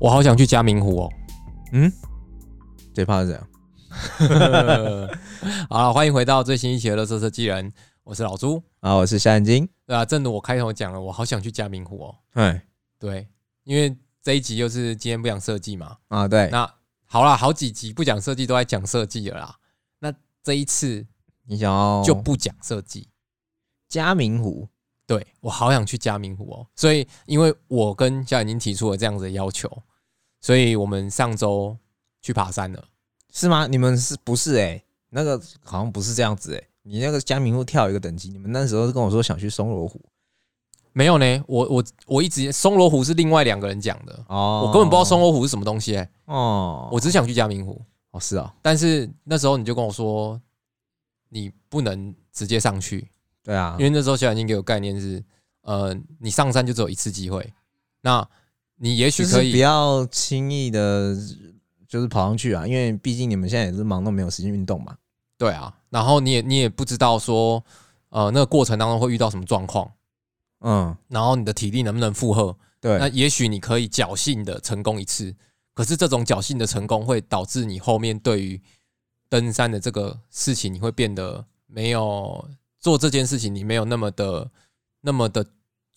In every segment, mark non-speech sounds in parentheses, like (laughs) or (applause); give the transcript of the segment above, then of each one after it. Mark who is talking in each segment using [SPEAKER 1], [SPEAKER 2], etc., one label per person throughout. [SPEAKER 1] 我好想去嘉明湖哦。
[SPEAKER 2] 嗯最怕是这样。
[SPEAKER 1] 好了，欢迎回到最新一期的《乐色设计人》，我是老朱。
[SPEAKER 2] 啊，我是夏眼睛。
[SPEAKER 1] 对啊，正如我开头讲了，我好想去嘉明湖哦。
[SPEAKER 2] 哎，
[SPEAKER 1] 对，因为这一集又是今天不讲设计嘛。
[SPEAKER 2] 啊，对，
[SPEAKER 1] 那好啦，好几集不讲设计都在讲设计了啦。那这一次
[SPEAKER 2] 你想要
[SPEAKER 1] 就不讲设计。
[SPEAKER 2] 嘉明湖？
[SPEAKER 1] 对我好想去嘉明湖哦，所以因为我跟小眼睛提出了这样子的要求，所以我们上周去爬山了。
[SPEAKER 2] 是吗？你们是不是、哎，那个好像不是这样子、哎，你那个嘉明湖跳一个等级，你们那时候是跟我说想去松罗湖
[SPEAKER 1] 没有呢，我我我一直松罗湖是另外两个人讲的，
[SPEAKER 2] 哦
[SPEAKER 1] 我根本不知道松罗湖是什么东西哎、
[SPEAKER 2] 哦，
[SPEAKER 1] 我只想去嘉明湖，
[SPEAKER 2] 哦是哦，
[SPEAKER 1] 但是那时候你就跟我说，你不能直接上去，
[SPEAKER 2] 对啊
[SPEAKER 1] 因，为那时候小眼睛给我概念是，呃，你上山就只有一次机会，那你也许
[SPEAKER 2] 就是
[SPEAKER 1] 可
[SPEAKER 2] 不
[SPEAKER 1] 以，
[SPEAKER 2] 要轻易的，就是跑上去啊，因为毕竟你们现在也是忙到没有时间运动嘛。
[SPEAKER 1] 对啊，然后你也你也不知道说，呃，那个过程当中会遇到什么状况，
[SPEAKER 2] 嗯，
[SPEAKER 1] 然后你的体力能不能负荷，
[SPEAKER 2] 对
[SPEAKER 1] 那，也许你可以侥幸的成功一次，可是这种侥幸的成功会导致你后面对于登山的这个事情，你会变得没有做这件事情，你没有那么的那么的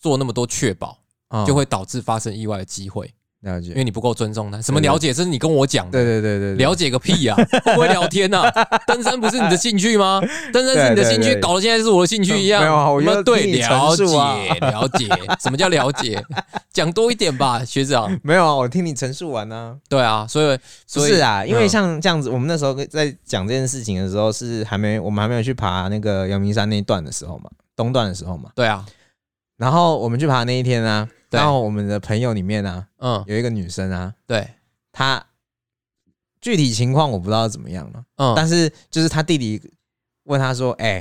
[SPEAKER 1] 做那么多确保，
[SPEAKER 2] 嗯
[SPEAKER 1] 就会导致发生意外的机会，
[SPEAKER 2] 了解
[SPEAKER 1] 因。为你不够尊重他。什么了解？这是你跟我讲的。
[SPEAKER 2] 对对对对，对
[SPEAKER 1] 了解个屁呀、 (laughs) 啊！会不会聊天呐、啊？登山不是你的兴趣
[SPEAKER 2] (laughs)
[SPEAKER 1] 吗？登山是你的兴
[SPEAKER 2] 对对
[SPEAKER 1] 趣，
[SPEAKER 2] 对
[SPEAKER 1] 搞得现在是我的兴趣一样。
[SPEAKER 2] 没有啊我觉得
[SPEAKER 1] 你们对
[SPEAKER 2] 听你
[SPEAKER 1] 了
[SPEAKER 2] 陈述啊
[SPEAKER 1] 解了解，什么叫了
[SPEAKER 2] (laughs)
[SPEAKER 1] 解？讲多一点吧，学长。
[SPEAKER 2] 没有啊，我听你陈述完呢、
[SPEAKER 1] 对啊，所以
[SPEAKER 2] 不
[SPEAKER 1] 所以
[SPEAKER 2] 是啊，因为
[SPEAKER 1] 嗯
[SPEAKER 2] 像这样子，我们那时候在讲这件事情的时候，是还没我们还没有去爬那个阳明山那一段的时候嘛，东段的时候嘛。
[SPEAKER 1] 对啊，
[SPEAKER 2] 然后我们去爬那一天啊，
[SPEAKER 1] 对
[SPEAKER 2] 然后我们的朋友里面啊，
[SPEAKER 1] 嗯，
[SPEAKER 2] 有一个女生啊，
[SPEAKER 1] 对，
[SPEAKER 2] 她具体情况我不知道怎么样了，啊
[SPEAKER 1] 嗯，
[SPEAKER 2] 但是就是她弟弟问她说：“哎、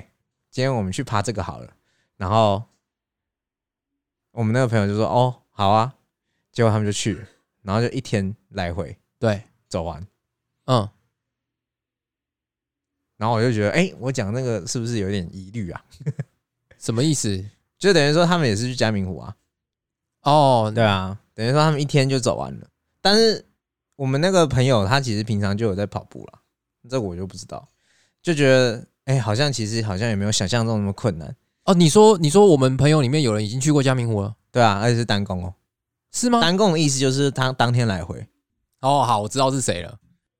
[SPEAKER 2] 今天我们去爬这个好了。”然后我们那个朋友就说：“哦，好啊。”结果他们就去了，然后就一天来回
[SPEAKER 1] 对，
[SPEAKER 2] 走完。
[SPEAKER 1] 嗯，
[SPEAKER 2] 然后我就觉得，哎、我讲那个是不是有点疑虑啊？
[SPEAKER 1] 什么意思？
[SPEAKER 2] 就等于说他们也是去嘉明湖啊，
[SPEAKER 1] 哦，
[SPEAKER 2] 对啊，等于说他们一天就走完了。但是我们那个朋友他其实平常就有在跑步啦，这个我就不知道，就觉得，哎、好像其实好像也没有想象中那么困难，
[SPEAKER 1] 哦，你说你说我们朋友里面有人已经去过嘉明湖了，
[SPEAKER 2] 对啊，而且是单攻哦、
[SPEAKER 1] 是吗？
[SPEAKER 2] 单攻的意思就是他当天来回，
[SPEAKER 1] 哦，好，我知道是谁了。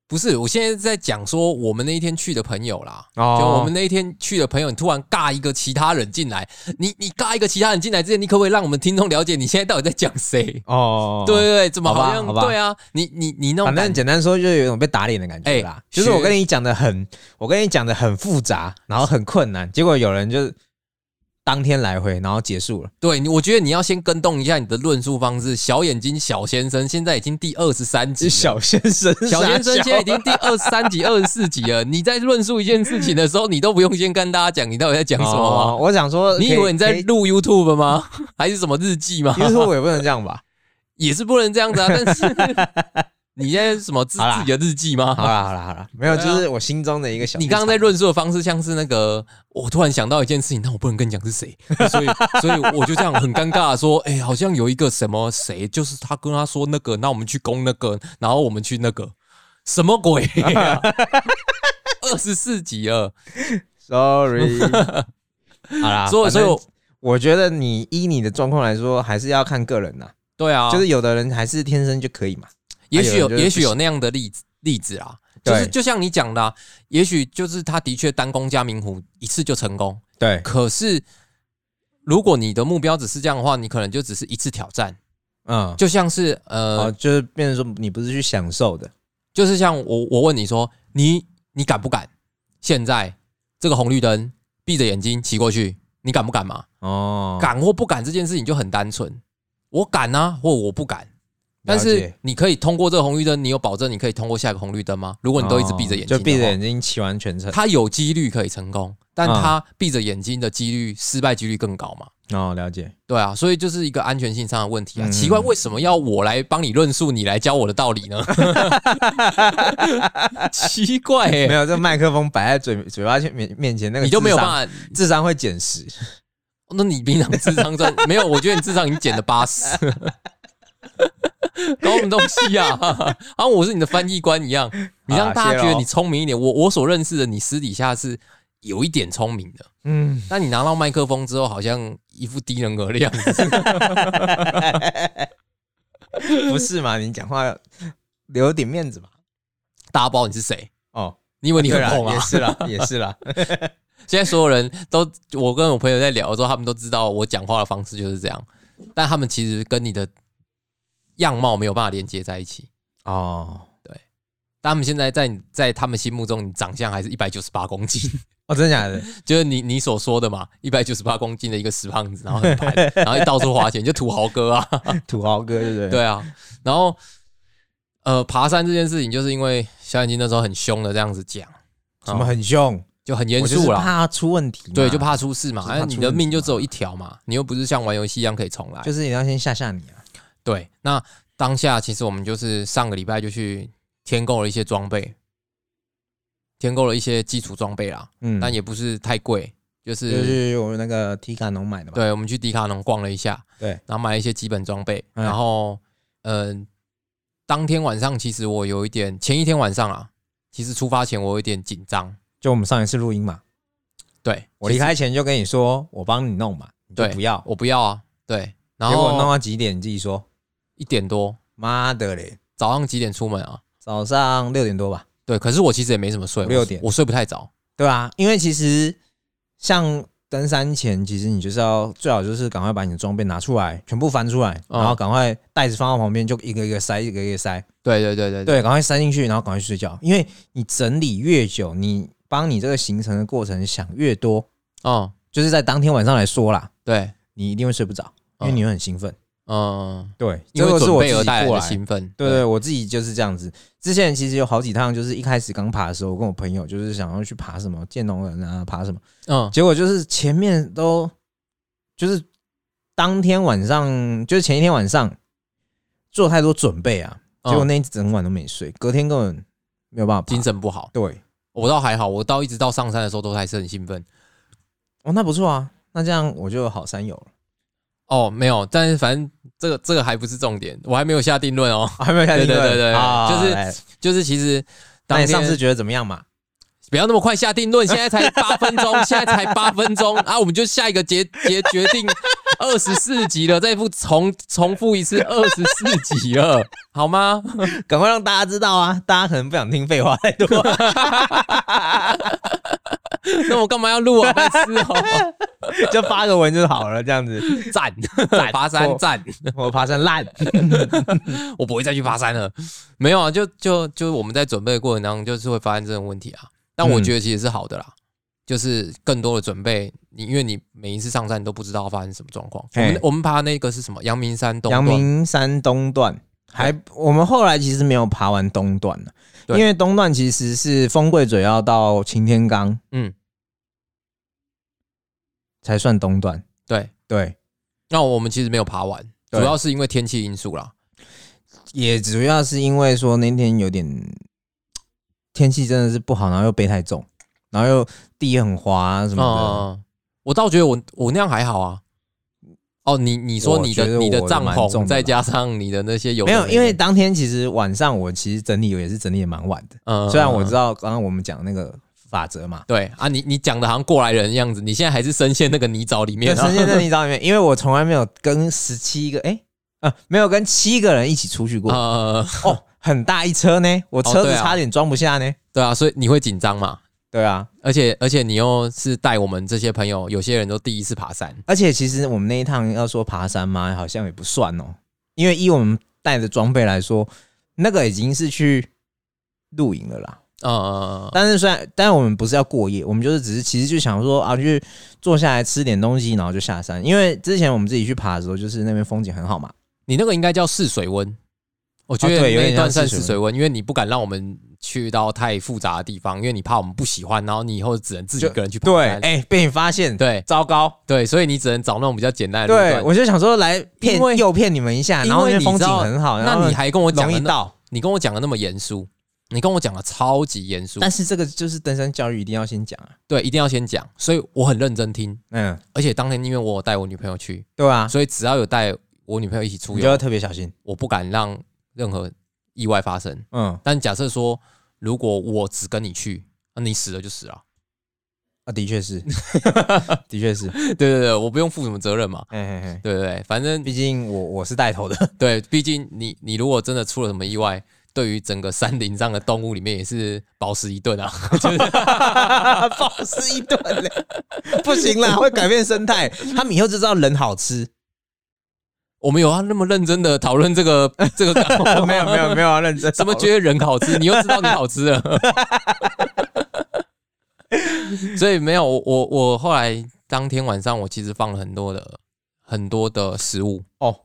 [SPEAKER 1] 不是，我现在在讲说我们那一天去的朋友啦。
[SPEAKER 2] 哦
[SPEAKER 1] 就我们那一天去的朋友，你突然尬一个其他人进来，你你尬一个其他人进来之前，你可不可以让我们听众了解你现在到底在讲谁？
[SPEAKER 2] 哦
[SPEAKER 1] 对对对，怎么
[SPEAKER 2] 好吧
[SPEAKER 1] 好像
[SPEAKER 2] 好吧
[SPEAKER 1] 对啊？你你你那种
[SPEAKER 2] 反
[SPEAKER 1] 感
[SPEAKER 2] 正简单说，就有一种被打脸的感觉啦。
[SPEAKER 1] 哎
[SPEAKER 2] 就是我
[SPEAKER 1] 学
[SPEAKER 2] 跟你讲的很，我跟你讲的很复杂，然后很困难，结果有人就当天来回，然后结束了。
[SPEAKER 1] 对，你我觉得你要先跟动一下你的论述方式。小眼睛小先生现在已经第二十三集了，
[SPEAKER 2] 这小先生，
[SPEAKER 1] 小先生现在已经第二十三集、二十四集了。你
[SPEAKER 2] (laughs)
[SPEAKER 1] 在论述一件事情的时候，你都不用先跟大家讲你到底在讲什么吗？
[SPEAKER 2] 哦我想说，
[SPEAKER 1] 你以为你在录啊 YouTube 吗？还是什么日记吗？
[SPEAKER 2] 其实我也不能这样
[SPEAKER 1] (laughs)
[SPEAKER 2] 吧？
[SPEAKER 1] 也是不能这样
[SPEAKER 2] (laughs)
[SPEAKER 1] 子啊。但是你现在是什么自
[SPEAKER 2] 好啦
[SPEAKER 1] 自己的日记吗？
[SPEAKER 2] 好啦好啦好啦，没有，
[SPEAKER 1] 对
[SPEAKER 2] 就
[SPEAKER 1] 啊
[SPEAKER 2] 是我心中的一个小。
[SPEAKER 1] 你刚刚在，论述的方式像是那个，我突然想到一件事情，但我不能跟你讲是谁， (laughs) 所以所以我就这样很尴尬的说，哎、 (laughs) 好像有一个什么谁，就是他跟他说那个，那我们去攻那个，然后我们去那个，什么鬼、 (laughs) 啊？二十四集了， (laughs)
[SPEAKER 2] sorry，好啦，
[SPEAKER 1] 所以所以我
[SPEAKER 2] 反正我觉得你依你的状况来说，还是要看个人呐，
[SPEAKER 1] 对啊，
[SPEAKER 2] 就是有的人还是天生就可以嘛。
[SPEAKER 1] 也许
[SPEAKER 2] 啊有
[SPEAKER 1] 有
[SPEAKER 2] 人就是
[SPEAKER 1] 也许有那样的例子例子啦，就是
[SPEAKER 2] 对
[SPEAKER 1] 就像你讲的、啊，也许就是他的确单攻加明湖一次就成功，
[SPEAKER 2] 对，
[SPEAKER 1] 可是如果你的目标只是这样的话，你可能就只是一次挑战，
[SPEAKER 2] 嗯，
[SPEAKER 1] 就像是
[SPEAKER 2] 哦，
[SPEAKER 1] 呃，
[SPEAKER 2] 就是变成说你不是去享受的，
[SPEAKER 1] 就是像我我问你说，你你敢不敢现在这个红绿灯闭着眼睛骑过去，你敢不敢嘛？
[SPEAKER 2] 哦，
[SPEAKER 1] 敢或不敢这件事情就很单纯，我敢啊，或我不敢。但
[SPEAKER 2] 了
[SPEAKER 1] 是
[SPEAKER 2] 解
[SPEAKER 1] 你可以通过这个红绿灯，你有保证你可以通过下一个红绿灯吗？如果你都一直闭着眼睛的话，
[SPEAKER 2] 哦就闭着眼睛嗯骑完全程。
[SPEAKER 1] 他有几率可以成功，但他闭着眼睛的几率失败几率更高嘛？
[SPEAKER 2] 哦，了解。
[SPEAKER 1] 对啊，所以就是一个安全性上的问题啊。
[SPEAKER 2] 嗯
[SPEAKER 1] 奇怪，为什么要我来帮你论述，你来教我的道理呢？ (laughs) 奇怪、
[SPEAKER 2] 没
[SPEAKER 1] 欸，
[SPEAKER 2] 有，这麦克风摆在嘴嘴巴前面面前，那个
[SPEAKER 1] 你就没有
[SPEAKER 2] 法，
[SPEAKER 1] 办法。
[SPEAKER 2] 智商会减十。
[SPEAKER 1] 那 (laughs) 你平常智商算没有？我觉得你智商已经减了八十，高么东西啊？ (laughs) 好像我是你的翻译官一样，你让大家觉得你聪明一
[SPEAKER 2] 啊哦
[SPEAKER 1] 点。我我所认识的你私底下是有一点聪明的，
[SPEAKER 2] 嗯，
[SPEAKER 1] 但你拿到麦克风之后，好像一副低人儿的样子。
[SPEAKER 2] (laughs) 不是嘛？你讲话留点面子嘛。
[SPEAKER 1] 大家不知道你是谁，
[SPEAKER 2] 哦，
[SPEAKER 1] 你以为你
[SPEAKER 2] 对
[SPEAKER 1] 很
[SPEAKER 2] 啦
[SPEAKER 1] 红啊
[SPEAKER 2] 也？是 (laughs) 啦，也是啦。
[SPEAKER 1] 现在所有人都，我跟我朋友在聊的时候，他们都知道我讲话的方式就是这样，但他们其实跟你的样貌没有办法连接在一起。
[SPEAKER 2] 哦，
[SPEAKER 1] 但他们现在在你在他们心目中，你长相还是一百九十八公斤， (laughs)
[SPEAKER 2] 哦，真的假的？
[SPEAKER 1] 就是你你所说的嘛，一百九十八公斤的一个死胖子，然后很白，
[SPEAKER 2] (laughs)
[SPEAKER 1] 然后到处花钱，就土豪哥啊，
[SPEAKER 2] 土豪哥对不哦对？
[SPEAKER 1] 对啊，然后呃，爬山这件事情，就是因为小眼睛那时候很凶的这样子讲，
[SPEAKER 2] 什么很凶，
[SPEAKER 1] 就很
[SPEAKER 2] 我
[SPEAKER 1] 严
[SPEAKER 2] 就是
[SPEAKER 1] 肃啦，
[SPEAKER 2] 怕出问题嘛。
[SPEAKER 1] 对，就怕出事嘛，
[SPEAKER 2] 就是怕
[SPEAKER 1] 哎，你
[SPEAKER 2] 出
[SPEAKER 1] 的
[SPEAKER 2] 问题
[SPEAKER 1] 命就
[SPEAKER 2] 嘛
[SPEAKER 1] 只有一条嘛，你又不是像玩游戏一样可以重来
[SPEAKER 2] 就。是你要先吓吓你啊。
[SPEAKER 1] 对，那当下其实我们就是上个礼拜就去添购了一些装备，添购了一些基础装备啦，
[SPEAKER 2] 嗯，
[SPEAKER 1] 但也不是太贵，就
[SPEAKER 2] 就是是我们那个体感农买的嘛。
[SPEAKER 1] 对，我们去迪卡侬逛了一下，
[SPEAKER 2] 对
[SPEAKER 1] 然后买了一些基本装备，
[SPEAKER 2] 嗯
[SPEAKER 1] 然后嗯、呃当天晚上其实我有一点，前一天晚上啊，其实出发前我有一点紧张，
[SPEAKER 2] 就我们上一次录音嘛，
[SPEAKER 1] 对
[SPEAKER 2] 我离，
[SPEAKER 1] 其实
[SPEAKER 2] 开前就跟你说，我帮你弄嘛，你就
[SPEAKER 1] 对
[SPEAKER 2] 不要。
[SPEAKER 1] 我不要啊，对，然
[SPEAKER 2] 结果弄
[SPEAKER 1] 后
[SPEAKER 2] 到几点？你自己说。
[SPEAKER 1] 一点多
[SPEAKER 2] 妈的嘞，
[SPEAKER 1] 早上几点出门啊？
[SPEAKER 2] 早上六点多吧。
[SPEAKER 1] 对，可是我其实也没怎么睡，我
[SPEAKER 2] 六点
[SPEAKER 1] 我睡不太着，
[SPEAKER 2] 对啊，因为其实像登山前，其实你就是要最好就是赶快把你的装备拿出来，全部翻出来，
[SPEAKER 1] 嗯
[SPEAKER 2] 然后赶快袋子放到旁边，就一个一个塞，一个一个塞，
[SPEAKER 1] 对对对对对
[SPEAKER 2] 对，赶快塞进去，然后赶快去睡觉。因为你整理越久，你帮你这个行程的过程想越多，
[SPEAKER 1] 嗯，
[SPEAKER 2] 就是在当天晚上来说啦，
[SPEAKER 1] 对，
[SPEAKER 2] 你一定会睡不着，因为
[SPEAKER 1] 嗯
[SPEAKER 2] 你会很兴奋。
[SPEAKER 1] 嗯，
[SPEAKER 2] 对，
[SPEAKER 1] 因
[SPEAKER 2] 这
[SPEAKER 1] 为
[SPEAKER 2] 个是
[SPEAKER 1] 准
[SPEAKER 2] 我
[SPEAKER 1] 备
[SPEAKER 2] 自
[SPEAKER 1] 而
[SPEAKER 2] 己
[SPEAKER 1] 带来
[SPEAKER 2] 过
[SPEAKER 1] 的兴奋，
[SPEAKER 2] 对对，我自己就是这样子。之前其实有好几趟，就是一开始刚爬的时候，我跟我朋友就是想要去爬什么建农人啊，爬什么，
[SPEAKER 1] 嗯
[SPEAKER 2] 结果就是前面都就是当天晚上，就是前一天晚上做太多准备啊，结果
[SPEAKER 1] 嗯
[SPEAKER 2] 那一整晚都没睡，隔天根本没有办法爬
[SPEAKER 1] 精神不好，
[SPEAKER 2] 对，
[SPEAKER 1] 我倒还好，我到一直到上山的时候都还是很兴奋。
[SPEAKER 2] 哦，那不错啊，那这样我就有好山友了，
[SPEAKER 1] 哦，没有，但是反正这个这个还不是重点， (laughs) 我还没有下定论哦。 (laughs)
[SPEAKER 2] 啊还没有下定论
[SPEAKER 1] 对对对对
[SPEAKER 2] 啊
[SPEAKER 1] 就是
[SPEAKER 2] 来
[SPEAKER 1] 就是其实
[SPEAKER 2] 那
[SPEAKER 1] 当
[SPEAKER 2] 你
[SPEAKER 1] 天
[SPEAKER 2] 上次觉得怎么样嘛？
[SPEAKER 1] 不要那么快下定论，现在才八分钟， (laughs) 现在才八分钟啊，我们就下一个决决决定二十四集了，再不重重复一次二十四集了，好吗？ (laughs)
[SPEAKER 2] 赶快让大家知道啊，大家可能不想听废话太
[SPEAKER 1] (laughs)
[SPEAKER 2] 多。
[SPEAKER 1] 那我干嘛要录啊？白痴哦， (laughs)
[SPEAKER 2] 就发个文就好了，这样子。 (laughs)
[SPEAKER 1] 赞 (laughs) 爬山赞，
[SPEAKER 2] 我爬山烂，
[SPEAKER 1] 我不会再去爬山了。没有啊，就就就我们在准备的过程当中，就是会发现这种问题啊。但我
[SPEAKER 2] 嗯
[SPEAKER 1] 觉得其实是好的啦，就是更多的准备，你因为你每一次上山你都不知道发生什么状况。我
[SPEAKER 2] 嘿
[SPEAKER 1] 们我们爬那个是什么？阳明山东
[SPEAKER 2] 阳
[SPEAKER 1] 段
[SPEAKER 2] 明山东段还，我们后来其实没有爬完东段呢，因
[SPEAKER 1] 对
[SPEAKER 2] 为东段其实是风贵嘴要到擎天岗，
[SPEAKER 1] 嗯
[SPEAKER 2] 嗯，才算东段。
[SPEAKER 1] 对，
[SPEAKER 2] 对，
[SPEAKER 1] 那我们其实没有爬完，主
[SPEAKER 2] 对
[SPEAKER 1] 要是因为天气因素啦。
[SPEAKER 2] 也主要是因为说那天有点天气真的是不好，然后又背太重，然后又地很滑啊什
[SPEAKER 1] 嗯，
[SPEAKER 2] 么的。
[SPEAKER 1] 我倒觉得我我那样还好啊。哦，你你说
[SPEAKER 2] 我
[SPEAKER 1] 你
[SPEAKER 2] 觉
[SPEAKER 1] 的
[SPEAKER 2] 得
[SPEAKER 1] 你的
[SPEAKER 2] 我
[SPEAKER 1] 帐
[SPEAKER 2] 蛮重
[SPEAKER 1] 篷，
[SPEAKER 2] 的
[SPEAKER 1] 再
[SPEAKER 2] 啦
[SPEAKER 1] 加上你的那些有的
[SPEAKER 2] 没有，
[SPEAKER 1] 的
[SPEAKER 2] 因为当天其实晚上我其实整理也是整理的蛮晚的。
[SPEAKER 1] 嗯
[SPEAKER 2] 虽然我知
[SPEAKER 1] 道
[SPEAKER 2] 道刚刚我们讲那个法则嘛，
[SPEAKER 1] 对啊，你你讲的好像过来人的样子，你现在还是深陷那个泥沼里
[SPEAKER 2] 就
[SPEAKER 1] 面啊。
[SPEAKER 2] 深陷在泥沼里面，因为我从来没有跟十七个哎、呃没有跟七个人一起出去过、
[SPEAKER 1] (laughs) 呃，
[SPEAKER 2] 哦，很大一车呢，我车
[SPEAKER 1] 对
[SPEAKER 2] 子
[SPEAKER 1] 啊
[SPEAKER 2] 差点装不下呢。
[SPEAKER 1] 对啊，所以你会紧张嘛？
[SPEAKER 2] 对啊，
[SPEAKER 1] 而且而且你又是带我们这些朋友，有些人都第一次爬山，
[SPEAKER 2] 而且其实我们那一趟要说爬山嘛，好像也不算哦，因为依我们带的装备来说，那个已经是去露营了啦。
[SPEAKER 1] 呃，
[SPEAKER 2] 但是虽然，但是我们不是要过夜，我们就是只是其实就想说啊，去坐下来吃点东西，然后就下山。因为之前我们自己去爬的时候，就是那边风景很好嘛。
[SPEAKER 1] 你那个应该叫试水温，我觉
[SPEAKER 2] 哦
[SPEAKER 1] 得
[SPEAKER 2] 对有
[SPEAKER 1] 那
[SPEAKER 2] 点
[SPEAKER 1] 一段
[SPEAKER 2] 像
[SPEAKER 1] 算
[SPEAKER 2] 试
[SPEAKER 1] 试
[SPEAKER 2] 水
[SPEAKER 1] 水温，因为你不敢让我们去到太复杂的地方，因为你怕我们不喜欢，然后你以后只能自己一个人去爬
[SPEAKER 2] 对，
[SPEAKER 1] 山。
[SPEAKER 2] 哎、被你发现，，
[SPEAKER 1] 对
[SPEAKER 2] 糟糕。
[SPEAKER 1] 对，所以你只能找那种比较简单的路
[SPEAKER 2] 对，
[SPEAKER 1] 段。
[SPEAKER 2] 我就想说来骗
[SPEAKER 1] 因为
[SPEAKER 2] 诱骗你们一下，
[SPEAKER 1] 因
[SPEAKER 2] 然后
[SPEAKER 1] 为
[SPEAKER 2] 那边
[SPEAKER 1] 你
[SPEAKER 2] 风
[SPEAKER 1] 知
[SPEAKER 2] 景
[SPEAKER 1] 道
[SPEAKER 2] 很好，然后
[SPEAKER 1] 那你还跟我讲
[SPEAKER 2] 容
[SPEAKER 1] 的
[SPEAKER 2] 易
[SPEAKER 1] 那，
[SPEAKER 2] 到。
[SPEAKER 1] 你跟我讲的那么严肃，你跟我讲的超级严肃，
[SPEAKER 2] 但是这个就是登山教育一定要先讲啊。
[SPEAKER 1] 对，一定要先讲，所以我很认真听。
[SPEAKER 2] 嗯，
[SPEAKER 1] 而且当天因为我有带我女朋友去，
[SPEAKER 2] 对啊，
[SPEAKER 1] 所以只要有带我女朋友一起出
[SPEAKER 2] 你就要
[SPEAKER 1] 游，
[SPEAKER 2] 特别小心。
[SPEAKER 1] 我不敢让任何意外发生。
[SPEAKER 2] 嗯
[SPEAKER 1] 但假设说，如果我只跟你去，那你死了就死了， (laughs)
[SPEAKER 2] 啊，的确 (laughs) 是，的确是，
[SPEAKER 1] 对对对，我不用负什么责任嘛，
[SPEAKER 2] 嘿嘿嘿，
[SPEAKER 1] 对对对，反正
[SPEAKER 2] 毕竟我我是带头 (laughs) 的，
[SPEAKER 1] 对，毕竟你你如果真的出了什么意外，对于整个山林上的动物里面也是饱食一顿啊， (laughs) 就是
[SPEAKER 2] 暴食一顿嘞，不行啦，会改变生态，他们以后就知道人好吃。
[SPEAKER 1] 我们有啊要那么认真的讨论这个这个感冒
[SPEAKER 2] (laughs) (laughs) 没有没有没有啊，认
[SPEAKER 1] (laughs)
[SPEAKER 2] 真
[SPEAKER 1] 怎么觉得人好吃？你又知道你好吃了， (laughs) 所以没有我我我后来当天晚上我其实放了很多的很多的食物，
[SPEAKER 2] 哦，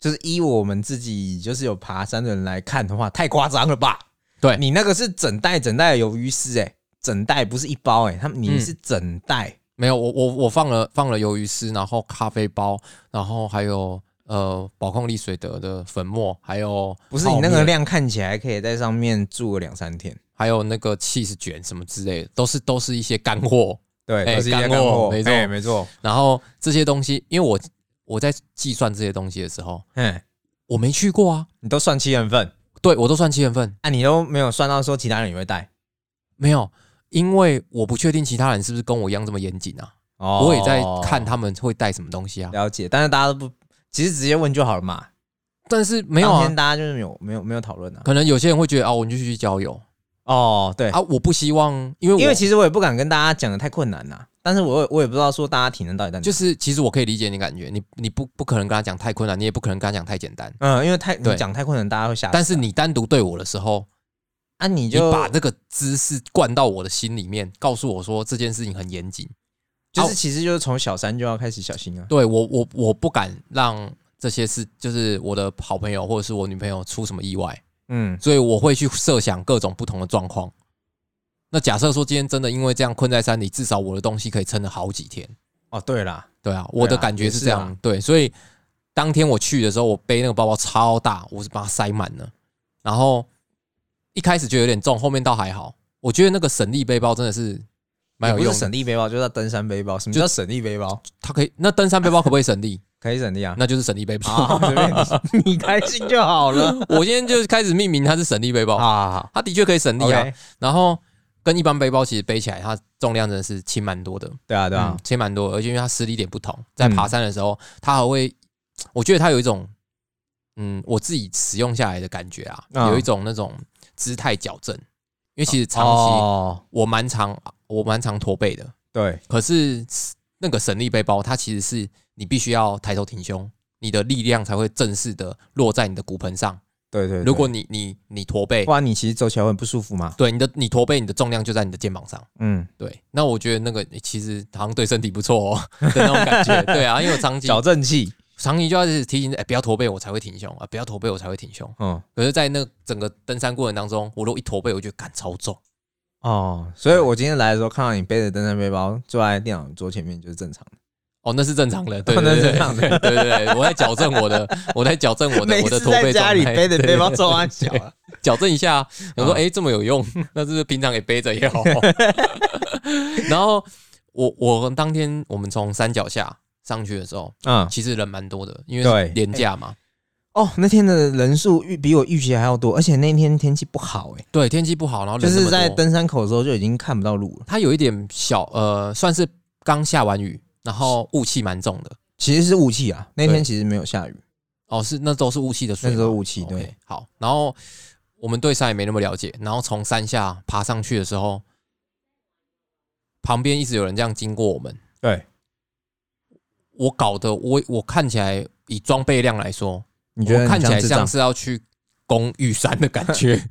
[SPEAKER 2] 就是依我们自己就是有爬山的人来看的话，太夸张了吧？
[SPEAKER 1] 对
[SPEAKER 2] 你那个是整袋整袋的鱿鱼丝，哎，整袋不是一包，哎，他们你
[SPEAKER 1] 嗯
[SPEAKER 2] 是整袋，
[SPEAKER 1] 没有我我我放了放了鱿鱼丝，然后咖啡包，然后还有呃宝矿力水德的粉末，还有
[SPEAKER 2] 不是你
[SPEAKER 1] 泡
[SPEAKER 2] 那个
[SPEAKER 1] 面
[SPEAKER 2] 量看起来可以在上面住个两三天，
[SPEAKER 1] 还有那个 cheese 卷什么之类的，都是都是一些干货。
[SPEAKER 2] 对，
[SPEAKER 1] 哎
[SPEAKER 2] 都是一些
[SPEAKER 1] 干
[SPEAKER 2] 干
[SPEAKER 1] 货
[SPEAKER 2] 货，
[SPEAKER 1] 没错
[SPEAKER 2] 哎没错，
[SPEAKER 1] 然后这些东西，因为我我在计算这些东西的时候，
[SPEAKER 2] 嗯，
[SPEAKER 1] 我没去过啊，
[SPEAKER 2] 你都算七人份，
[SPEAKER 1] 对我都算七人份，
[SPEAKER 2] 啊，你都没有算到说其他人也会带，
[SPEAKER 1] 没有，因为我不确定其他人是不是跟我一样这么严谨啊，
[SPEAKER 2] 哦
[SPEAKER 1] 我也在看他们会带什么东西啊，
[SPEAKER 2] 了解，但是大家都不，其实直接问就好了嘛，
[SPEAKER 1] 但是没有
[SPEAKER 2] 当
[SPEAKER 1] 啊
[SPEAKER 2] 天，大家就是没有没有没有讨论啊，
[SPEAKER 1] 可能有些人会觉得啊，我们就去郊游
[SPEAKER 2] 哦，对，
[SPEAKER 1] 啊，我不希望，因为我
[SPEAKER 2] 因为其实我也不敢跟大家讲的太困难啦，但是我也我也不知道说大家体能到底在哪。
[SPEAKER 1] 就是其实我可以理解你感觉，你你不不可能跟他讲太困难，你也不可能跟他讲太简单，
[SPEAKER 2] 嗯，因为太
[SPEAKER 1] 对
[SPEAKER 2] 你讲太困难，大家会吓死。
[SPEAKER 1] 但是你单独对我的时候，
[SPEAKER 2] 啊，你
[SPEAKER 1] 你
[SPEAKER 2] 就
[SPEAKER 1] 把这个知识灌到我的心里面，告诉我说这件事情很严谨。哦
[SPEAKER 2] 就是其实就是从小三就要开始小心啊。
[SPEAKER 1] 对我，我我不敢让这些事，就是我的好朋友或者是我女朋友出什么意外，
[SPEAKER 2] 嗯，
[SPEAKER 1] 所以我会去设想各种不同的状况。那假设说今天真的因为这样困在山里，至少我的东西可以撑了好几天。
[SPEAKER 2] 哦，对啦，
[SPEAKER 1] 对啊，我的感觉是这样。
[SPEAKER 2] 也是
[SPEAKER 1] 对，所以当天我去的时候，我背那个包包超大，我是把它塞满了。然后一开始觉得有点重，后面倒还好。我觉得那个省力背包真的是蛮
[SPEAKER 2] 也
[SPEAKER 1] 有
[SPEAKER 2] 不是
[SPEAKER 1] 用
[SPEAKER 2] 省
[SPEAKER 1] 的，
[SPEAKER 2] 力背包，就是登山背包。什么
[SPEAKER 1] 就
[SPEAKER 2] 叫省力背包？
[SPEAKER 1] 它可以。那登山背包可不可以省
[SPEAKER 2] (laughs)
[SPEAKER 1] 力？
[SPEAKER 2] 可以省力啊。
[SPEAKER 1] 那就是省力背
[SPEAKER 2] (laughs)
[SPEAKER 1] 包。
[SPEAKER 2] 啊，随
[SPEAKER 1] (laughs)
[SPEAKER 2] 便你你开心就好了。
[SPEAKER 1] 我今天就开始命名它是省力背
[SPEAKER 2] 好
[SPEAKER 1] 包，
[SPEAKER 2] 好好
[SPEAKER 1] 它的确可以省力啊
[SPEAKER 2] 啊 OK。
[SPEAKER 1] 然后跟一般背包其实背起来，它重量真的是轻蛮多的。
[SPEAKER 2] 对啊，对啊
[SPEAKER 1] 嗯，，切蛮多，而且因为它施力点不同，在
[SPEAKER 2] 嗯
[SPEAKER 1] 爬山的时候，它还会，我觉得它有一种，嗯，我自己使用下来的感觉啊，
[SPEAKER 2] 嗯
[SPEAKER 1] 有一种那种姿态矫正，因为其实长期
[SPEAKER 2] 哦，
[SPEAKER 1] 我蛮常我蛮常驼背的，
[SPEAKER 2] 对，
[SPEAKER 1] 可是那个省力背包，它其实是你必须要抬头挺胸，你的力量才会正式的落在你的骨盆上。
[SPEAKER 2] 对对。对
[SPEAKER 1] 如果你你你驼背
[SPEAKER 2] 不，然你其实走起来会很不舒服嘛。
[SPEAKER 1] 对你的你驼背，你的重量就在你的肩膀上。
[SPEAKER 2] 嗯，
[SPEAKER 1] 对，那我觉得那个其实好像对身体不错哦的那种感
[SPEAKER 2] (laughs)
[SPEAKER 1] 觉。对啊，因为我长期
[SPEAKER 2] 矫正器。
[SPEAKER 1] 长期就要一直提醒，哎、不要驼背，我才会挺胸啊，不要驼背，我才会挺胸。
[SPEAKER 2] 嗯，
[SPEAKER 1] 可是，在那整个登山过程当中，我如果一驼背，我就感超重。
[SPEAKER 2] 哦，所以我今天来的时候看到你背着登山背包坐在电脑桌前面就是正常的。
[SPEAKER 1] 哦，那是正常的，对
[SPEAKER 2] 那是
[SPEAKER 1] 对对
[SPEAKER 2] 正常的
[SPEAKER 1] 对对对，我在矫正我的，
[SPEAKER 2] (laughs)
[SPEAKER 1] 我在矫正我的
[SPEAKER 2] 每
[SPEAKER 1] 我的
[SPEAKER 2] 次
[SPEAKER 1] 驼背
[SPEAKER 2] 在家里
[SPEAKER 1] 状态
[SPEAKER 2] 背着背包
[SPEAKER 1] 对
[SPEAKER 2] 做完小啊。
[SPEAKER 1] 矫正一下，
[SPEAKER 2] (laughs)
[SPEAKER 1] 我说
[SPEAKER 2] 啊
[SPEAKER 1] 哎、诶这么有用，那是不是平常也背着也
[SPEAKER 2] (laughs)
[SPEAKER 1] 好？然后我我当天我们从山脚下上去的时候，
[SPEAKER 2] (laughs) 嗯，
[SPEAKER 1] 其实人蛮多的，因为
[SPEAKER 2] 对
[SPEAKER 1] 是廉价嘛，
[SPEAKER 2] 哦，那天的人数预比我预期还要多，而且那天天气不好、欸，
[SPEAKER 1] 对，天气不好，然后
[SPEAKER 2] 就
[SPEAKER 1] 人那
[SPEAKER 2] 是
[SPEAKER 1] 么
[SPEAKER 2] 在
[SPEAKER 1] 多
[SPEAKER 2] 登山口的时候就已经看不到路了。
[SPEAKER 1] 它有一点小呃，算是刚下完雨，然后雾气蛮重的。
[SPEAKER 2] 其实是雾气啊，那
[SPEAKER 1] 对
[SPEAKER 2] 天其实没有下雨，
[SPEAKER 1] 哦，是那都是雾气的水
[SPEAKER 2] 那
[SPEAKER 1] 吗，
[SPEAKER 2] 时候雾气
[SPEAKER 1] OK，
[SPEAKER 2] 对。
[SPEAKER 1] 好，然后我们对山也没那么了解，然后从山下爬上去的时候，旁边一直有人这样经过我们，
[SPEAKER 2] 对，
[SPEAKER 1] 我搞得我我看起来以装备量来说，
[SPEAKER 2] 你觉得
[SPEAKER 1] 我
[SPEAKER 2] 你
[SPEAKER 1] 看起来
[SPEAKER 2] 智
[SPEAKER 1] 像
[SPEAKER 2] 障？
[SPEAKER 1] 是要去攻玉山的感觉。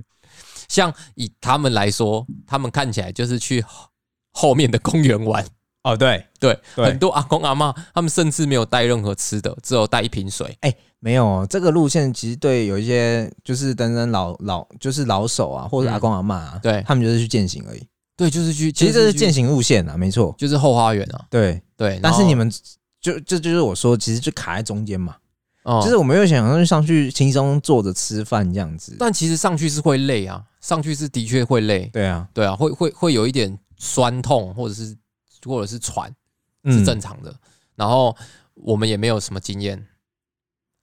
[SPEAKER 1] 像以他们来说，他们看起来就是去后后面的公园玩，
[SPEAKER 2] 哦，对，
[SPEAKER 1] 对，
[SPEAKER 2] 对
[SPEAKER 1] 很多阿公阿妈他们甚至没有带任何吃的，只有带一瓶水。
[SPEAKER 2] 没有哦这个路线，其实对有一些就是登山老老就是老手啊，或者
[SPEAKER 1] 嗯
[SPEAKER 2] 阿公阿嬷啊，
[SPEAKER 1] 对
[SPEAKER 2] 他们就是去践行而已。
[SPEAKER 1] 对，就是去，
[SPEAKER 2] 其实这是
[SPEAKER 1] 去
[SPEAKER 2] 践，行路线啊，没错。
[SPEAKER 1] 就是后花园啊。
[SPEAKER 2] 对，
[SPEAKER 1] 对，
[SPEAKER 2] 但是你
[SPEAKER 1] 们
[SPEAKER 2] 们就这就是我说，其实就卡在中间嘛，
[SPEAKER 1] 哦
[SPEAKER 2] 就是我们又想要上去轻松坐着吃饭这样子。
[SPEAKER 1] 但其实上去是会累啊，上去是的确会累，
[SPEAKER 2] 对啊，
[SPEAKER 1] 对啊，会会会有一点酸痛，或者是或者是喘，是
[SPEAKER 2] 嗯
[SPEAKER 1] 正常的。然后我们也没有什么经验，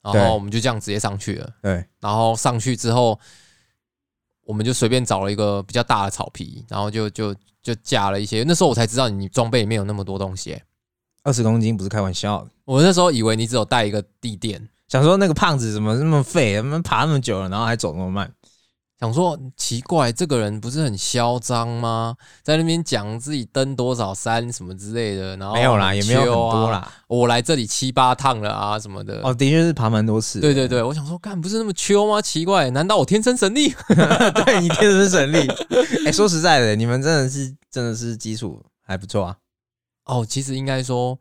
[SPEAKER 1] 然
[SPEAKER 2] 对
[SPEAKER 1] 后我们就这样直接上去了。
[SPEAKER 2] 对，
[SPEAKER 1] 然后上去之后，我们就随便找了一个比较大的草皮，然后就就就架了一些。那时候我才知道你装备里面有那么多东西欸、
[SPEAKER 2] 二十公斤不是开玩笑的。
[SPEAKER 1] 我那时候以为你只有带一个地垫，
[SPEAKER 2] 想说那个胖子怎么那么废，他们爬那么久了，然后还走那么慢。
[SPEAKER 1] 想说奇怪，这个人不是很嚣张吗？在那边讲自己登多少山什么之类的，然后
[SPEAKER 2] 没有啦，也没有很多
[SPEAKER 1] 哦很 chill 啊，
[SPEAKER 2] 啦。
[SPEAKER 1] 我来这里七八趟了啊什么的。
[SPEAKER 2] 哦，的确是爬蛮多次的。
[SPEAKER 1] 对对对，我想说，干不是那么秋吗？奇怪，难道我天生神力？ (laughs)
[SPEAKER 2] (laughs) 对，你天生神力。哎、说实在的，你们真的是真的是基础还不错啊。
[SPEAKER 1] 哦，其实应该说，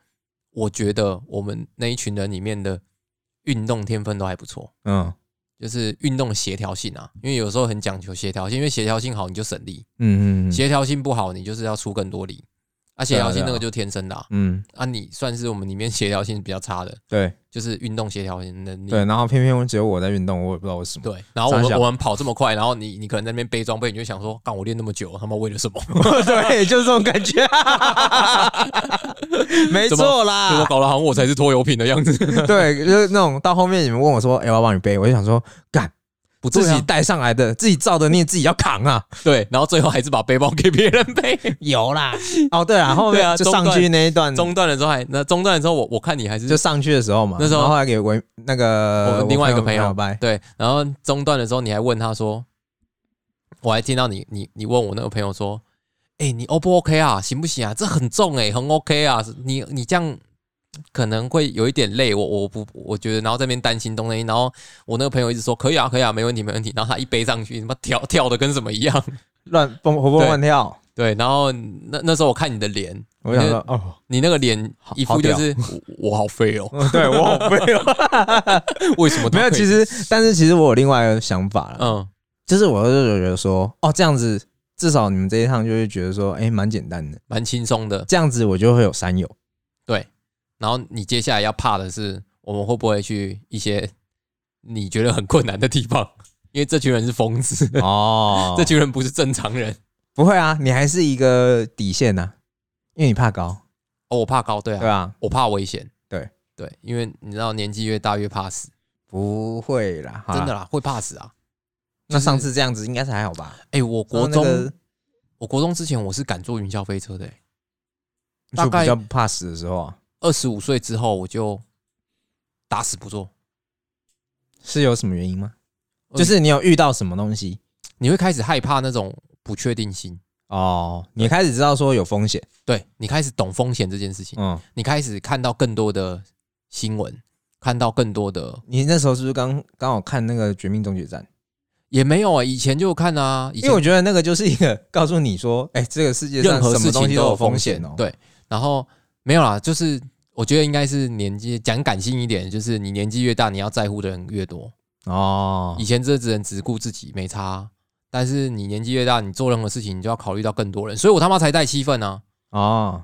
[SPEAKER 1] 我觉得我们那一群人里面的运动天分都还不错，
[SPEAKER 2] 嗯
[SPEAKER 1] 就是运动的协调性啊。因为有时候很讲求协调性，因为协调性好你就省力，
[SPEAKER 2] 嗯嗯嗯
[SPEAKER 1] 协调性不好你就是要出更多力。啊，协
[SPEAKER 2] 对啊
[SPEAKER 1] 调性那
[SPEAKER 2] 对啊
[SPEAKER 1] 个就天生的啊，
[SPEAKER 2] 嗯，
[SPEAKER 1] 啊你算是我们里面协调性比较差的，
[SPEAKER 2] 对
[SPEAKER 1] 就是运动协调性能力。
[SPEAKER 2] 对，然后偏偏只有我在运动，我也不知道为什么。
[SPEAKER 1] 对然后我
[SPEAKER 2] 傻小
[SPEAKER 1] 们我们跑这么快，然后你你可能在那边背装备，你就想说，干我练那么久，他妈为了
[SPEAKER 2] (laughs)
[SPEAKER 1] 什么？
[SPEAKER 2] 对，就是这种感
[SPEAKER 1] (laughs)
[SPEAKER 2] 觉。没错
[SPEAKER 1] 结果
[SPEAKER 2] 啦，
[SPEAKER 1] 搞得好像我才是拖油瓶的样子，
[SPEAKER 2] 对，就是那种到后面你们问我说：“哎、我要帮你背。”我就想说，干，
[SPEAKER 1] 不
[SPEAKER 2] 自
[SPEAKER 1] 对
[SPEAKER 2] 己
[SPEAKER 1] 啊，
[SPEAKER 2] 带上来的，自己造的孽，自己要扛啊。
[SPEAKER 1] 对，然后最后还是把背包给别人背。
[SPEAKER 2] 有啦，哦，对啊，后
[SPEAKER 1] 对啊
[SPEAKER 2] 面就上
[SPEAKER 1] 中
[SPEAKER 2] 去那一段，
[SPEAKER 1] (laughs) 中断的时候还那中断的时候我我看你还是
[SPEAKER 2] 就上去的时候嘛，
[SPEAKER 1] 那时候
[SPEAKER 2] 然后还给我那
[SPEAKER 1] 我
[SPEAKER 2] 个
[SPEAKER 1] 们另外一个
[SPEAKER 2] 朋
[SPEAKER 1] 朋友
[SPEAKER 2] 拜，
[SPEAKER 1] 对，然后中断的时候你还问他说，我还听到你你你问我那个朋友说，哎、你 O 不 OK 啊？行不行啊？这很重哎、很 OK 啊！你你这样可能会有一点累，我我不我觉得，然后这边担心东担心，然后我那个朋友一直说可以啊可以啊，没问题没问题，然后他一背上去，他妈跳跳的跟什么一样，
[SPEAKER 2] 乱蹦活蹦乱跳，
[SPEAKER 1] 对，然后那那时候我看你的脸，
[SPEAKER 2] 我想说哦，
[SPEAKER 1] 你那个脸
[SPEAKER 2] 好
[SPEAKER 1] 一
[SPEAKER 2] 好
[SPEAKER 1] 副就
[SPEAKER 2] 屌
[SPEAKER 1] 是我我好废哦，
[SPEAKER 2] 嗯对我好废哦，
[SPEAKER 1] (laughs) 为什么他
[SPEAKER 2] 没有，
[SPEAKER 1] 可以
[SPEAKER 2] 其实但是其实我有另外一个想法了，
[SPEAKER 1] 嗯。
[SPEAKER 2] 就是我就觉得说，哦，这样子至少你们这一趟就会觉得说，哎，蛮简单的，
[SPEAKER 1] 蛮轻松的。
[SPEAKER 2] 这样子我就会有
[SPEAKER 1] (laughs)
[SPEAKER 2] 山友，
[SPEAKER 1] 然后你接下来要怕的是，我们会不会去一些你觉得很困难的地方？ (laughs) 因为这群人是疯子，
[SPEAKER 2] 哦
[SPEAKER 1] 这群人不是正常人。
[SPEAKER 2] 不会啊，你还是一个底线呐，因为你怕高，
[SPEAKER 1] 哦，我怕高，对啊，
[SPEAKER 2] 对吧？
[SPEAKER 1] 我怕危险，
[SPEAKER 2] 对
[SPEAKER 1] 对，因为你知道年纪越大越怕死，
[SPEAKER 2] 不会啦，好啦
[SPEAKER 1] 真的啦，会怕死啊。
[SPEAKER 2] 那上次这样子应该是还好吧？
[SPEAKER 1] 哎、我国
[SPEAKER 2] 那
[SPEAKER 1] 中，
[SPEAKER 2] 个
[SPEAKER 1] 我国中之前我是敢坐云霄飞车的、欸，大
[SPEAKER 2] 就
[SPEAKER 1] 概
[SPEAKER 2] 比较不怕死的时候啊，
[SPEAKER 1] 二十五岁之后我就打死不坐。
[SPEAKER 2] 是有什么原因吗？
[SPEAKER 1] 嗯
[SPEAKER 2] 就是你有遇到什么东西
[SPEAKER 1] 你会开始害怕那种不确定性，
[SPEAKER 2] 哦，你开始知道说有风险，
[SPEAKER 1] 对你开始懂风险这件事情，
[SPEAKER 2] 嗯，
[SPEAKER 1] 你开始看到更多的新闻，看到更多的
[SPEAKER 2] 你那时候是不是刚刚好看那个《绝命终结战》？
[SPEAKER 1] 也没有啊、以前就有看啊，以
[SPEAKER 2] 因为我
[SPEAKER 1] 前
[SPEAKER 2] 觉得那个就是一个告诉
[SPEAKER 1] (laughs)
[SPEAKER 2] 你说，哎、这个世界上
[SPEAKER 1] 任何
[SPEAKER 2] 什么
[SPEAKER 1] 事
[SPEAKER 2] 东
[SPEAKER 1] 情
[SPEAKER 2] 西
[SPEAKER 1] 都
[SPEAKER 2] 有
[SPEAKER 1] 有风
[SPEAKER 2] 险
[SPEAKER 1] 险
[SPEAKER 2] 哦。，
[SPEAKER 1] 对，然后没有啦，就是我觉得应该是年纪讲感性一点，就是你年纪越大，你要在乎的人越多。
[SPEAKER 2] 哦
[SPEAKER 1] 以，前这只能只顾自己，没差啊、但是你年纪越大，你做任何事情，你就要考虑到更多人。所以我他妈才带七份啊！
[SPEAKER 2] 哦，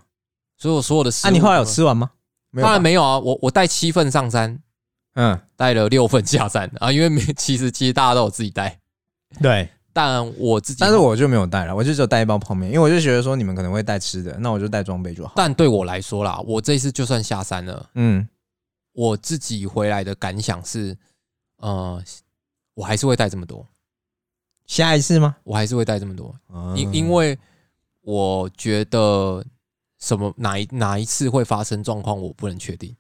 [SPEAKER 1] 所以我所有的事，
[SPEAKER 2] 啊，你后来有？吃完吗？没有吧
[SPEAKER 1] 当然，嗯没有啊！我我带七份上山，
[SPEAKER 2] 嗯，
[SPEAKER 1] 带了六份下山啊！因为没，其实其实大家都有自己带，
[SPEAKER 2] 对，
[SPEAKER 1] 但我自己，
[SPEAKER 2] 但是我就没有带了，我就只有带一包泡面，因为我就觉得说你们可能会带吃的，那我就带装备就好。
[SPEAKER 1] 但对我来说啦，我这一次就算下山了，
[SPEAKER 2] 嗯，
[SPEAKER 1] 我自己回来的感想是，呃，我还是会带这么多，
[SPEAKER 2] 下一次吗？
[SPEAKER 1] 我还是会带这么多，因、
[SPEAKER 2] 嗯
[SPEAKER 1] 因为我觉得什么哪一哪一次会发生状况，我不能确定。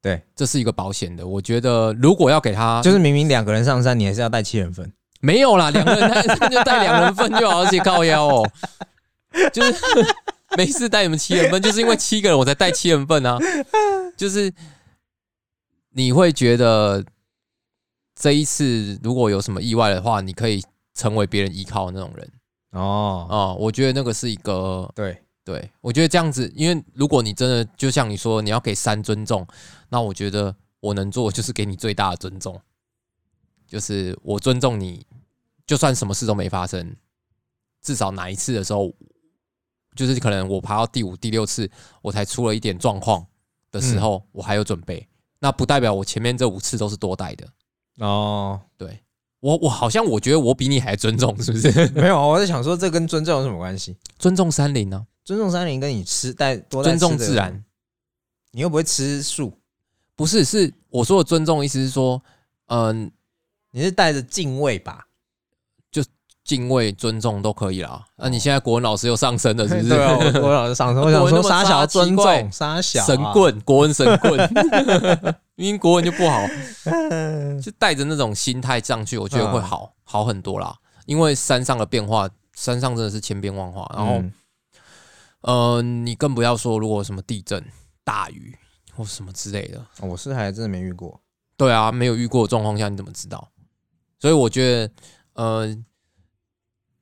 [SPEAKER 2] 对，
[SPEAKER 1] 这是一个保险的。我觉得如果要给他，
[SPEAKER 2] 啊就是明明两个人上山，你还是要带七人份。
[SPEAKER 1] 没有啦，两个 (laughs) 人那就带两人份就好，而且靠腰哦，就是 (laughs) 没事带你们七人份，就是因为七个人我才带七人份啊，就是你会觉得这一次如果有什么意外的话，你可以成为别人依靠的那种人
[SPEAKER 2] 哦，
[SPEAKER 1] 啊、我觉得那个是一个
[SPEAKER 2] 对，
[SPEAKER 1] 对，我觉得这样子，因为如果你真的就像你说，你要给山尊重，那我觉得我能做的就是给你最大的尊重，就是我尊重你，就算什么事都没发生，至少哪一次的时候，就是可能我爬到第五、第六次，我才出了一点状况的时候，我还有准备。那不代表我前面这五次都是多带的，
[SPEAKER 2] 哦，
[SPEAKER 1] 对我，我好像我觉得我比你还尊重，是不是？ (laughs)
[SPEAKER 2] 没有，啊我在想说这跟尊重有什么关系？
[SPEAKER 1] 尊重山林啊呢、
[SPEAKER 2] 尊重山林跟你吃带多带
[SPEAKER 1] 尊重
[SPEAKER 2] 吃的
[SPEAKER 1] 自然，
[SPEAKER 2] 你又不会吃素，
[SPEAKER 1] 不是，是我说的尊重，意思是说，嗯，
[SPEAKER 2] 你是带着敬畏吧？
[SPEAKER 1] 敬畏、尊重都可以啦。那、你现在国文老师又上升了，是不是？
[SPEAKER 2] 哦
[SPEAKER 1] (laughs)
[SPEAKER 2] 对啊，我我老是上身，我想
[SPEAKER 1] 我那么
[SPEAKER 2] 说傻
[SPEAKER 1] 渣
[SPEAKER 2] 小尊
[SPEAKER 1] 奇怪
[SPEAKER 2] 重，傻小啊
[SPEAKER 1] 神。棍，国文神
[SPEAKER 2] (laughs)
[SPEAKER 1] 棍，因为国文就不好，就带着那种心态上去，我觉得会
[SPEAKER 2] 嗯
[SPEAKER 1] 好、好很多啦。因为山上的变化，山上真的是千变万化。然后，
[SPEAKER 2] 嗯
[SPEAKER 1] 呃，你更不要说如果有什么地震、大雨或什么之类的，
[SPEAKER 2] 哦我是还真的没遇过，
[SPEAKER 1] 对啊，没有遇过的状况下，你怎么知道？所以我觉得，呃，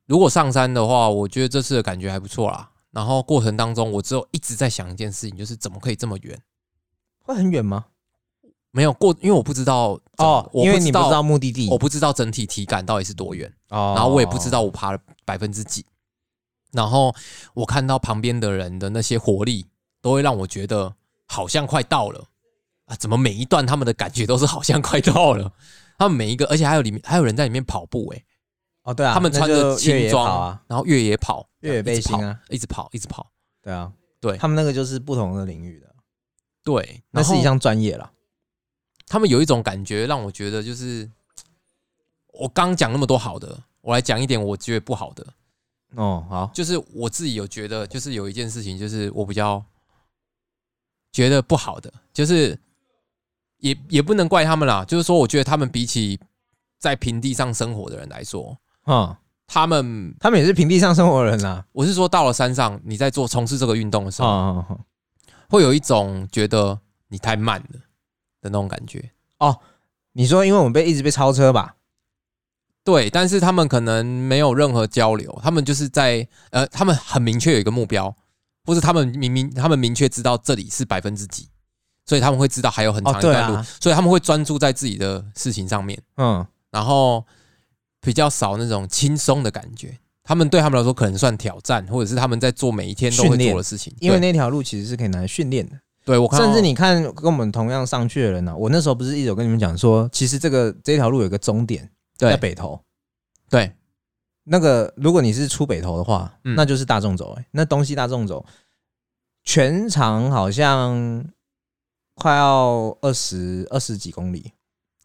[SPEAKER 1] 如果上山的话，我觉得这次的感觉还不错啦。然后过程当中，我只有一直在想一件事情，就是怎么可以这么远？
[SPEAKER 2] 会很远吗？
[SPEAKER 1] 没有过，因为我不知道
[SPEAKER 2] 哦，
[SPEAKER 1] 我
[SPEAKER 2] 因为你不知道，目的地
[SPEAKER 1] 我，不知道整体体感到底是多远，
[SPEAKER 2] 哦
[SPEAKER 1] 然后我也不知道我爬了百分之几，然后我看到旁边的人的那些活力，都会让我觉得好像快到了啊！怎么每一段他们的感觉都是好像快到了？他们每一个，而且还有里面还有人在里面跑步、欸，
[SPEAKER 2] 哦，对啊，
[SPEAKER 1] 他们穿
[SPEAKER 2] 那
[SPEAKER 1] 着
[SPEAKER 2] 就越
[SPEAKER 1] 轻
[SPEAKER 2] 野
[SPEAKER 1] 装
[SPEAKER 2] 跑啊，
[SPEAKER 1] 然后越野跑，
[SPEAKER 2] 越野背心啊
[SPEAKER 1] 一直跑，一直跑，一直跑，
[SPEAKER 2] 对啊，
[SPEAKER 1] 对
[SPEAKER 2] 他们那个就是不同的领域的，
[SPEAKER 1] 对，
[SPEAKER 2] 那
[SPEAKER 1] 然
[SPEAKER 2] 是
[SPEAKER 1] 后
[SPEAKER 2] 一项专业了。
[SPEAKER 1] 他们有一种感觉，让我觉得就是，我刚讲那么多好的，我来讲一点我觉得不好的，
[SPEAKER 2] 哦，好，
[SPEAKER 1] 就是我自己有觉得，就是有一件事情，就是我比较觉得不好的，就是也也不能怪他们啦，就是说，我觉得他们比起在平地上生活的人来说，
[SPEAKER 2] 嗯，
[SPEAKER 1] 他们
[SPEAKER 2] 他们也是平地上生活的人啊。
[SPEAKER 1] 我是说，到了山上，你在做从事这个运动的时候，
[SPEAKER 2] 哦哦哦
[SPEAKER 1] 会有一种觉得你太慢了的那种感觉。
[SPEAKER 2] 你说因为我们被一直被超车吧？
[SPEAKER 1] 对，但是他们可能没有任何交流，他们就是在呃，他们很明确有一个目标，或是他们明明他们明确知道这里是百分之几，所以他们会知道还有很长
[SPEAKER 2] 哦
[SPEAKER 1] 一
[SPEAKER 2] 对啊
[SPEAKER 1] 段路，所以他们会专注在自己的事情上面，
[SPEAKER 2] 嗯，
[SPEAKER 1] 然后比较少那种轻松的感觉。他们对他们来说可能算挑战，或者是他们在做每一天都会
[SPEAKER 2] 训练
[SPEAKER 1] 做的事情。
[SPEAKER 2] 因为
[SPEAKER 1] 对
[SPEAKER 2] 那条路其实是可以拿来训练的，
[SPEAKER 1] 对我看到
[SPEAKER 2] 甚至你看跟我们同样上去的人呢、啊我那时候不是一直有跟你们讲说，其实这个这条路有个终点在
[SPEAKER 1] 对
[SPEAKER 2] 北头。
[SPEAKER 1] 对
[SPEAKER 2] 那个，如果你是出北投的话，
[SPEAKER 1] 嗯
[SPEAKER 2] 那就是大众走、欸。那东西大众走，全长好像快要二十二十几公里，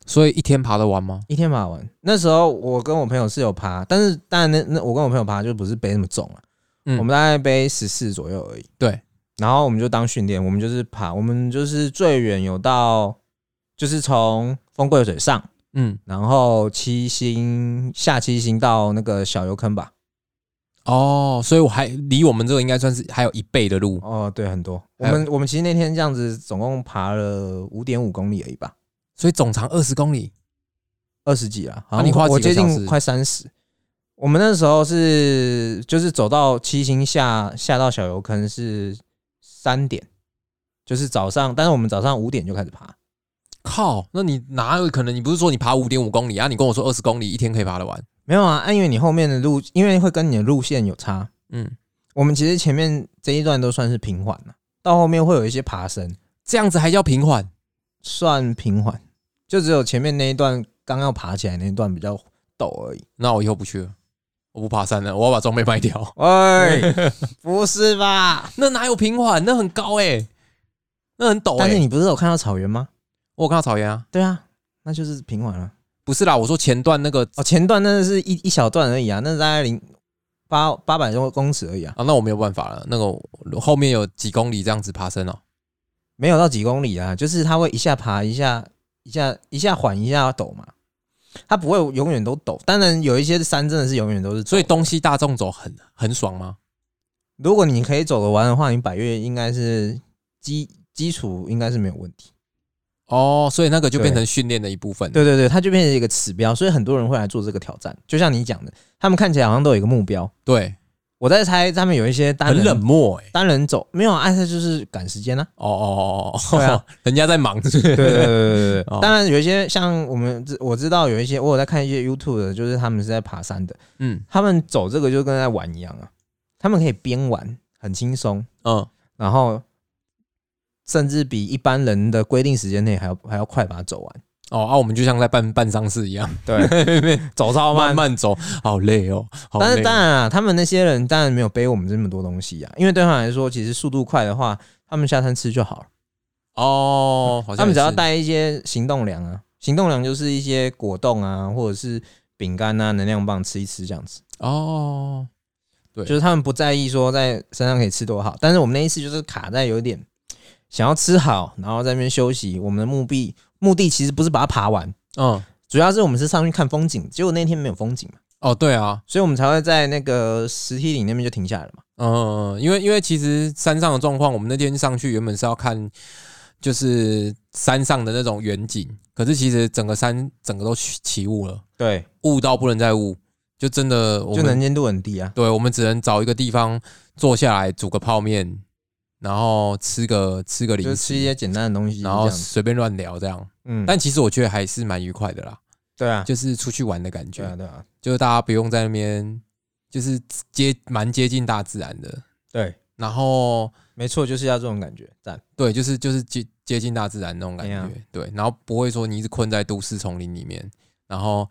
[SPEAKER 1] 所以一天爬得完吗？
[SPEAKER 2] 一天爬完。那时候我跟我朋友是有爬，但是当然那那我跟我朋友爬就不是背那么重了、
[SPEAKER 1] 嗯
[SPEAKER 2] 我们大概背十四左右而已。
[SPEAKER 1] 对，
[SPEAKER 2] 然后我们就当训练，我们就是爬，我们就是最远有到就是从丰贵水上，
[SPEAKER 1] 嗯，
[SPEAKER 2] 然后七星下七星到那个小油坑吧。
[SPEAKER 1] 哦，所以我还离我们这个应该算是还有一倍的路。
[SPEAKER 2] 哦，对，很多。我
[SPEAKER 1] 还有
[SPEAKER 2] 们我们其实那天这样子，总共爬了五点五公里而已吧，
[SPEAKER 1] 所以总长二十公里。
[SPEAKER 2] 二十几啊，好
[SPEAKER 1] 啊
[SPEAKER 2] 像
[SPEAKER 1] 你花
[SPEAKER 2] 我我
[SPEAKER 1] 几个
[SPEAKER 2] 接
[SPEAKER 1] 小
[SPEAKER 2] 近
[SPEAKER 1] 时
[SPEAKER 2] 快三十。我们那时候是就是走到七星下下到小油坑是三点，就是早上，但是我们早上五点就开始爬。
[SPEAKER 1] 靠，那你哪有可能？你不是说你爬五点五公里啊？你跟我说二十公里一天可以爬得完？
[SPEAKER 2] 没有啊，啊因为你后面的路，因为会跟你的路线有差。
[SPEAKER 1] 嗯，
[SPEAKER 2] 我们其实前面这一段都算是平缓了、到后面会有一些爬升，
[SPEAKER 1] 这样子还叫平缓？
[SPEAKER 2] 算平缓，就只有前面那一段刚要爬起来那一段比较陡而已。
[SPEAKER 1] 那我以后不去了，我不爬山了，我要把装备卖
[SPEAKER 2] (laughs)
[SPEAKER 1] 掉。
[SPEAKER 2] 喂，哎不是吧？
[SPEAKER 1] 那哪有平缓？那很高哎、那很陡哎、
[SPEAKER 2] 但是你不是有看到草原吗？
[SPEAKER 1] 我有看到草原啊，
[SPEAKER 2] 对啊，那就是平缓了。
[SPEAKER 1] 不是啦，我说前段那个
[SPEAKER 2] 哦，前段那是一一小段而已啊，那大概零八八百多公尺而已啊，
[SPEAKER 1] 啊，那我没有办法了。那个我后面有几公里这样子爬升哦、
[SPEAKER 2] 没有到几公里啊，就是它会一下爬一下一下一下缓一下陡嘛，它不会永远都陡。当然有一些山真的是永远都是陡，
[SPEAKER 1] 所以东西大众走很很爽吗？
[SPEAKER 2] 如果你可以走得完的话，你百越应该是基基础应该是没有问题。
[SPEAKER 1] 哦，所以那个就
[SPEAKER 2] 对
[SPEAKER 1] 变成训练的一部分。
[SPEAKER 2] 对对对，它就变成一个指标，所以很多人会来做这个挑战。就像你讲的，他们看起来好像都有一个目标。
[SPEAKER 1] 对，
[SPEAKER 2] 我在猜他们有一些单
[SPEAKER 1] 很
[SPEAKER 2] 人
[SPEAKER 1] 冷漠哎、
[SPEAKER 2] 单人走，没有啊，他就是赶时间呢、啊
[SPEAKER 1] 哦哦哦哦，
[SPEAKER 2] 对啊
[SPEAKER 1] (laughs) 人家在忙是不是
[SPEAKER 2] (laughs) 对对对 (laughs) 对对
[SPEAKER 1] 哦
[SPEAKER 2] 对。当然有一些像我们知我知道有一些我有在看一些 YouTube 的，就是他们是在爬山的，
[SPEAKER 1] 嗯
[SPEAKER 2] 他们走这个就跟在玩一样啊，他们可以边玩很轻松，
[SPEAKER 1] 嗯，
[SPEAKER 2] 然后甚至比一般人的规定时间内还要还要快把它走完。
[SPEAKER 1] 哦啊，我们就像在办办丧事一样，
[SPEAKER 2] 对，走超慢
[SPEAKER 1] 慢。慢走，好累哦。好
[SPEAKER 2] (laughs) 但是
[SPEAKER 1] 累哦
[SPEAKER 2] 当然啊，他们那些人当然没有背我们这么多东西啊，因为对他们来说，其实速度快的话，他们下山吃就好了。
[SPEAKER 1] 哦，好像
[SPEAKER 2] 他们只要
[SPEAKER 1] 也是
[SPEAKER 2] 带一些行动粮啊，行动粮就是一些果冻啊，或者是饼干啊、能量棒吃一吃这样子。
[SPEAKER 1] 哦，对
[SPEAKER 2] 就是他们不在意说在山上可以吃多好，但是我们那一次就是卡在有一点想要吃好，然后在那边休息。我们的目的目的其实不是把它爬完，
[SPEAKER 1] 嗯，
[SPEAKER 2] 主要是我们是上去看风景，结果那天没有风景嘛，
[SPEAKER 1] 哦，对啊，
[SPEAKER 2] 所以我们才会在那个石梯岭那边就停下来了嘛。
[SPEAKER 1] 嗯，因为因为其实山上的状况，我们那天上去原本是要看就是山上的那种远景，可是其实整个山整个都起起雾了，
[SPEAKER 2] 对，
[SPEAKER 1] 雾到不能再雾，就真的我
[SPEAKER 2] 就
[SPEAKER 1] 们
[SPEAKER 2] 能见度很低啊。
[SPEAKER 1] 对，我们只能找一个地方坐下来煮个泡面，然后吃个吃个
[SPEAKER 2] 就
[SPEAKER 1] 零
[SPEAKER 2] 吃一
[SPEAKER 1] 食，
[SPEAKER 2] 些简单的东西，
[SPEAKER 1] 然
[SPEAKER 2] 这
[SPEAKER 1] 后
[SPEAKER 2] 样子
[SPEAKER 1] 随便乱聊这样。
[SPEAKER 2] 嗯，
[SPEAKER 1] 但其实我觉得还是蛮愉快的啦，
[SPEAKER 2] 对啊，
[SPEAKER 1] 就是出去玩的感
[SPEAKER 2] 对啊，
[SPEAKER 1] 觉，
[SPEAKER 2] 对啊，
[SPEAKER 1] 就是大家不用在那边，就是接蛮接近大自然的。
[SPEAKER 2] 对，
[SPEAKER 1] 然后
[SPEAKER 2] 没错，就是要这种感觉，赞。
[SPEAKER 1] 对，就是就是接接近大自然那种感
[SPEAKER 2] 哎呀
[SPEAKER 1] 觉，对。然后不会说你一直困在都市丛林里面，然后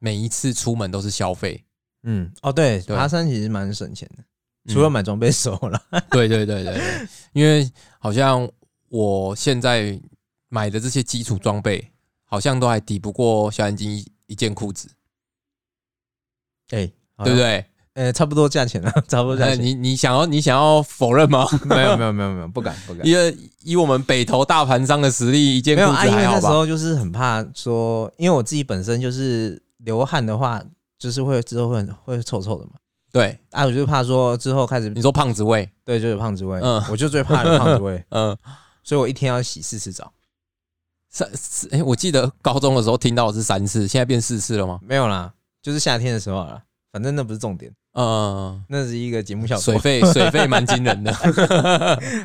[SPEAKER 1] 每一次出门都是消费。
[SPEAKER 2] 嗯，哦，对，
[SPEAKER 1] 对
[SPEAKER 2] 爬山其实蛮省钱的，除了
[SPEAKER 1] 嗯 (laughs)
[SPEAKER 2] 买装备手了。
[SPEAKER 1] 对对对对对，因为好像我现在买的这些基础装备，好像都还抵不过小眼睛一一件裤子，
[SPEAKER 2] (laughs) 哎，好
[SPEAKER 1] 对不
[SPEAKER 2] 像？
[SPEAKER 1] 对？
[SPEAKER 2] 呃，差不多价钱了， (laughs) 差不多价
[SPEAKER 1] 那
[SPEAKER 2] 钱。
[SPEAKER 1] 你你想要你想要否认吗？
[SPEAKER 2] 哎没有，没有，没有，没有，不敢，不敢。
[SPEAKER 1] 因为以我们北投大盘商的实力，一件
[SPEAKER 2] 没有
[SPEAKER 1] 裤
[SPEAKER 2] 啊，
[SPEAKER 1] 子
[SPEAKER 2] 因为
[SPEAKER 1] 还
[SPEAKER 2] 那
[SPEAKER 1] 好
[SPEAKER 2] 时
[SPEAKER 1] 吧？
[SPEAKER 2] 候就是很怕说，因为我自己本身就是流汗的话，就是会之后会很会臭臭的嘛。
[SPEAKER 1] 对，
[SPEAKER 2] 啊，我就怕说之后开始
[SPEAKER 1] 你说胖子味，
[SPEAKER 2] 对就有胖子味，
[SPEAKER 1] 嗯
[SPEAKER 2] 我就最怕有胖子 (laughs) 味，
[SPEAKER 1] 嗯，
[SPEAKER 2] 所以我一天要洗四次澡。
[SPEAKER 1] 三四，哎，我记得高中的时候听到的是三次，现在变四次了吗？
[SPEAKER 2] 没有啦，就是夏天的时候啦，反正那不是重点，
[SPEAKER 1] 嗯，
[SPEAKER 2] 那是一个节目效果
[SPEAKER 1] 水。
[SPEAKER 2] (laughs)
[SPEAKER 1] 费水费蛮惊人的，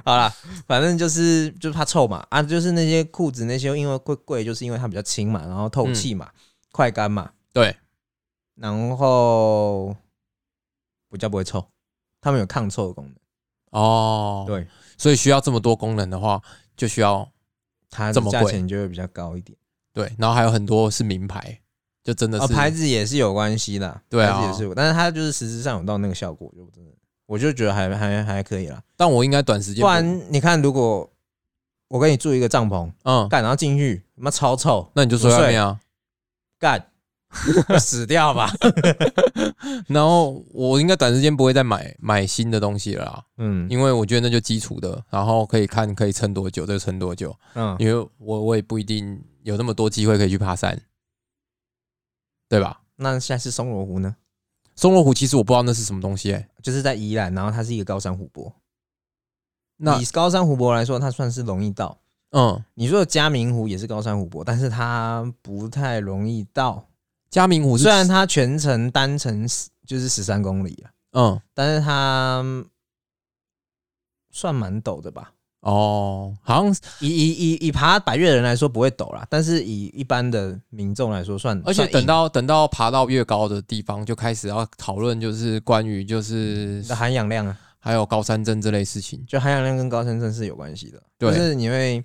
[SPEAKER 2] 好啦，反正就是就是怕臭嘛啊，就是那些裤子那些，因为贵贵，就是因为它比较轻嘛，然后透气嘛，快干嘛，
[SPEAKER 1] 对，
[SPEAKER 2] 然后比较不会臭，它们有抗臭的功能。
[SPEAKER 1] 哦，
[SPEAKER 2] (laughs) 对，
[SPEAKER 1] 所以需要这么多功能的话，就需要
[SPEAKER 2] 它
[SPEAKER 1] 这
[SPEAKER 2] 的
[SPEAKER 1] 么贵
[SPEAKER 2] 价钱就会比较高一点。
[SPEAKER 1] 对，然后还有很多是名牌，就真的
[SPEAKER 2] 啊，
[SPEAKER 1] 是、
[SPEAKER 2] 牌子也是有关系啦，
[SPEAKER 1] 对啊
[SPEAKER 2] 牌子也是有，但是它就是实质上有到那个效果，就真的，我就觉得还还还可以啦。
[SPEAKER 1] 但我应该短时间
[SPEAKER 2] 不然你看，如果我跟你住一个帐篷，
[SPEAKER 1] 嗯，
[SPEAKER 2] 干然后进去，他妈超臭，
[SPEAKER 1] 那你就睡外面啊。
[SPEAKER 2] 干 (laughs) 死掉吧。
[SPEAKER 1] 然后我应该短时间不会再买买新的东西了啦，
[SPEAKER 2] 嗯
[SPEAKER 1] 因为我觉得那就基础的，然后可以看可以撑多久就撑多久，
[SPEAKER 2] 嗯，
[SPEAKER 1] 因为我我也不一定有那么多机会可以去爬山，对吧？
[SPEAKER 2] 那下次松罗湖呢？
[SPEAKER 1] 松罗湖其实我不知道那是什么东西、欸，
[SPEAKER 2] 就是在宜兰，然后它是一个高山湖泊。
[SPEAKER 1] 那
[SPEAKER 2] 以高山湖泊来说，它算是容易到。
[SPEAKER 1] 嗯，
[SPEAKER 2] 你说的嘉明湖也是高山湖泊，但是它不太容易到。
[SPEAKER 1] 嘉明湖是
[SPEAKER 2] 虽然它全程单程十就是十三公里啊，
[SPEAKER 1] 嗯
[SPEAKER 2] 但是它算蛮陡的吧。
[SPEAKER 1] 哦，好像
[SPEAKER 2] 以以以以爬百越的人来说不会陡啦，但是以一般的民众来说算，
[SPEAKER 1] 而且
[SPEAKER 2] 算
[SPEAKER 1] 等
[SPEAKER 2] 硬
[SPEAKER 1] 到等到爬到越高的地方，就开始要讨论就是关于就是
[SPEAKER 2] 你的含氧量啊，
[SPEAKER 1] 还有高山症这类事情。
[SPEAKER 2] 就含氧量跟高山症是有关系的，
[SPEAKER 1] 对
[SPEAKER 2] 就是你会，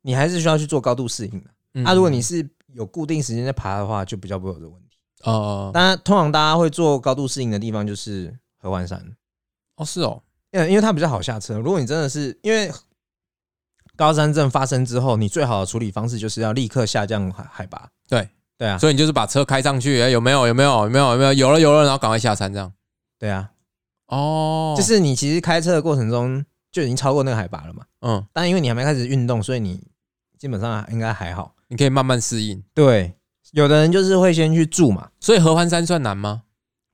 [SPEAKER 2] 你还是需要去做高度适应的。
[SPEAKER 1] 嗯
[SPEAKER 2] 啊，如果你是有固定时间在爬的话，就比较不会有这个问题。
[SPEAKER 1] 呃
[SPEAKER 2] 当然，通常大家会做高度适应的地方就是合欢山，
[SPEAKER 1] 哦是哦，
[SPEAKER 2] 嗯，因为它比较好下车。如果你真的是因为高山症发生之后，你最好的处理方式就是要立刻下降海海拔。
[SPEAKER 1] 对
[SPEAKER 2] 对啊，
[SPEAKER 1] 所以你就是把车开上去，哎有没有有没有有没有有没有有了有了，然后赶快下山这样。
[SPEAKER 2] 对啊，
[SPEAKER 1] 哦，
[SPEAKER 2] 就是你其实开车的过程中就已经超过那个海拔了嘛。
[SPEAKER 1] 嗯，
[SPEAKER 2] 但因为你还没开始运动，所以你基本上啊应该还好。
[SPEAKER 1] 你可以慢慢适应。
[SPEAKER 2] 对，有的人就是会先去住嘛，
[SPEAKER 1] 所以合欢山算难吗？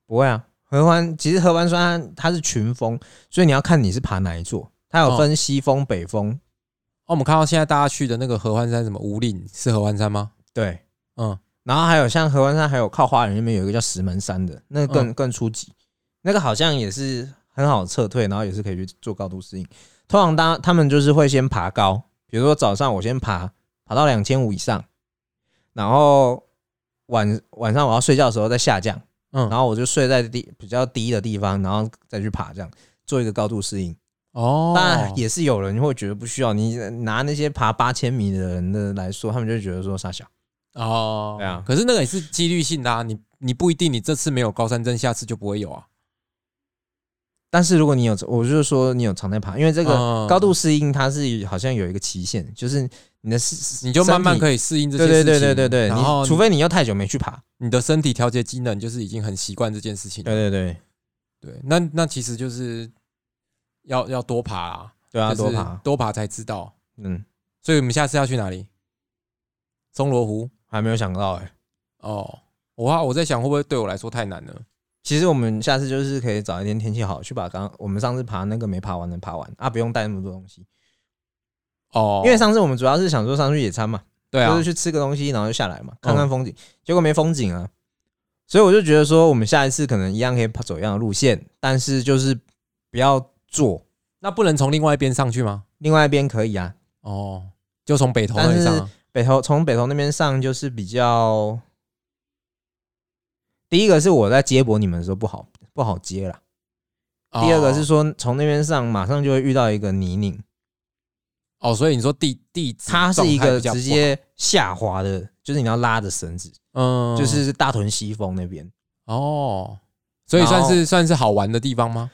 [SPEAKER 2] 不会啊。合欢其实合欢山它它是群峰，所以你要看你是爬哪一座，它有分西峰、北峰。
[SPEAKER 1] 哦，我们看到现在大家去的那个合欢山，什么五岭是合欢山吗？
[SPEAKER 2] 对，
[SPEAKER 1] 嗯，
[SPEAKER 2] 然后还有像合欢山，还有靠花园那边有一个叫石门山的，那个更、更初级，那个好像也是很好撤退，然后也是可以去做高度适应。通常当他们就是会先爬高，比如说早上我先爬爬到两千五以上，然后晚晚上我要睡觉的时候再下降，
[SPEAKER 1] 嗯
[SPEAKER 2] 然后我就睡在低比较低的地方，然后再去爬，这样做一个高度适应。
[SPEAKER 1] 哦，
[SPEAKER 2] 当然也是有人会觉得不需要，你呃拿那些爬八千米的人的来说，他们就觉得说傻小。
[SPEAKER 1] 哦，
[SPEAKER 2] 对啊
[SPEAKER 1] 可是那个也是几率性的啊，你你不一定你这次没有高山症，下次就不会有啊。
[SPEAKER 2] 但是如果你有，我就是说你有常在爬，因为这个
[SPEAKER 1] 嗯
[SPEAKER 2] 高度适应它是好像有一个期限，就是你的是
[SPEAKER 1] 你就慢慢
[SPEAKER 2] 以。
[SPEAKER 1] 可以适应这些事
[SPEAKER 2] 对
[SPEAKER 1] 情。
[SPEAKER 2] 对对对对对，
[SPEAKER 1] 然
[SPEAKER 2] 你
[SPEAKER 1] 后
[SPEAKER 2] 除非你又太久没去爬，
[SPEAKER 1] 你的身体调节机能就是已经很习惯这件事情了。
[SPEAKER 2] 对对对
[SPEAKER 1] 对，那那其实就是要要多爬啊，
[SPEAKER 2] 对啊，
[SPEAKER 1] 就
[SPEAKER 2] 多
[SPEAKER 1] 是
[SPEAKER 2] 爬，
[SPEAKER 1] 多爬才知道。
[SPEAKER 2] 嗯，
[SPEAKER 1] 所以我们下次要去哪里？钟罗湖
[SPEAKER 2] 还没有想到哎、
[SPEAKER 1] 哦。我啊，我在想会不会对我来说太难了？
[SPEAKER 2] 其实我们下次就是可以找一天天气好去把刚我们上次爬那个没爬完的爬完啊，不用带那么多东西，
[SPEAKER 1] 哦，
[SPEAKER 2] 因为上次我们主要是想说上去野餐嘛，
[SPEAKER 1] 对啊嗯
[SPEAKER 2] 就，是去吃个东西，然后就下来嘛，看看风景。结果没风景啊，所以我就觉得说，我们下一次可能一样可以走一样的路线，但是就是不要坐。
[SPEAKER 1] 那不能从另外一边上去吗？
[SPEAKER 2] 另外一边可以啊，
[SPEAKER 1] 哦，就从北头那里上啊、
[SPEAKER 2] 北头从北头那边上就是比较。第一个是我在接驳你们的时候不好不好接啦，
[SPEAKER 1] 哦
[SPEAKER 2] 第二个是说从那边上马上就会遇到一个泥泞，
[SPEAKER 1] 嗯哦，所以你说地地质
[SPEAKER 2] 它是一
[SPEAKER 1] 状态
[SPEAKER 2] 个
[SPEAKER 1] 比较不好
[SPEAKER 2] 直接下滑的，就是你要拉着绳子，
[SPEAKER 1] 嗯，
[SPEAKER 2] 就是大屯西峰那边。
[SPEAKER 1] 哦，所以算
[SPEAKER 2] 然
[SPEAKER 1] 是算是好玩的地方吗？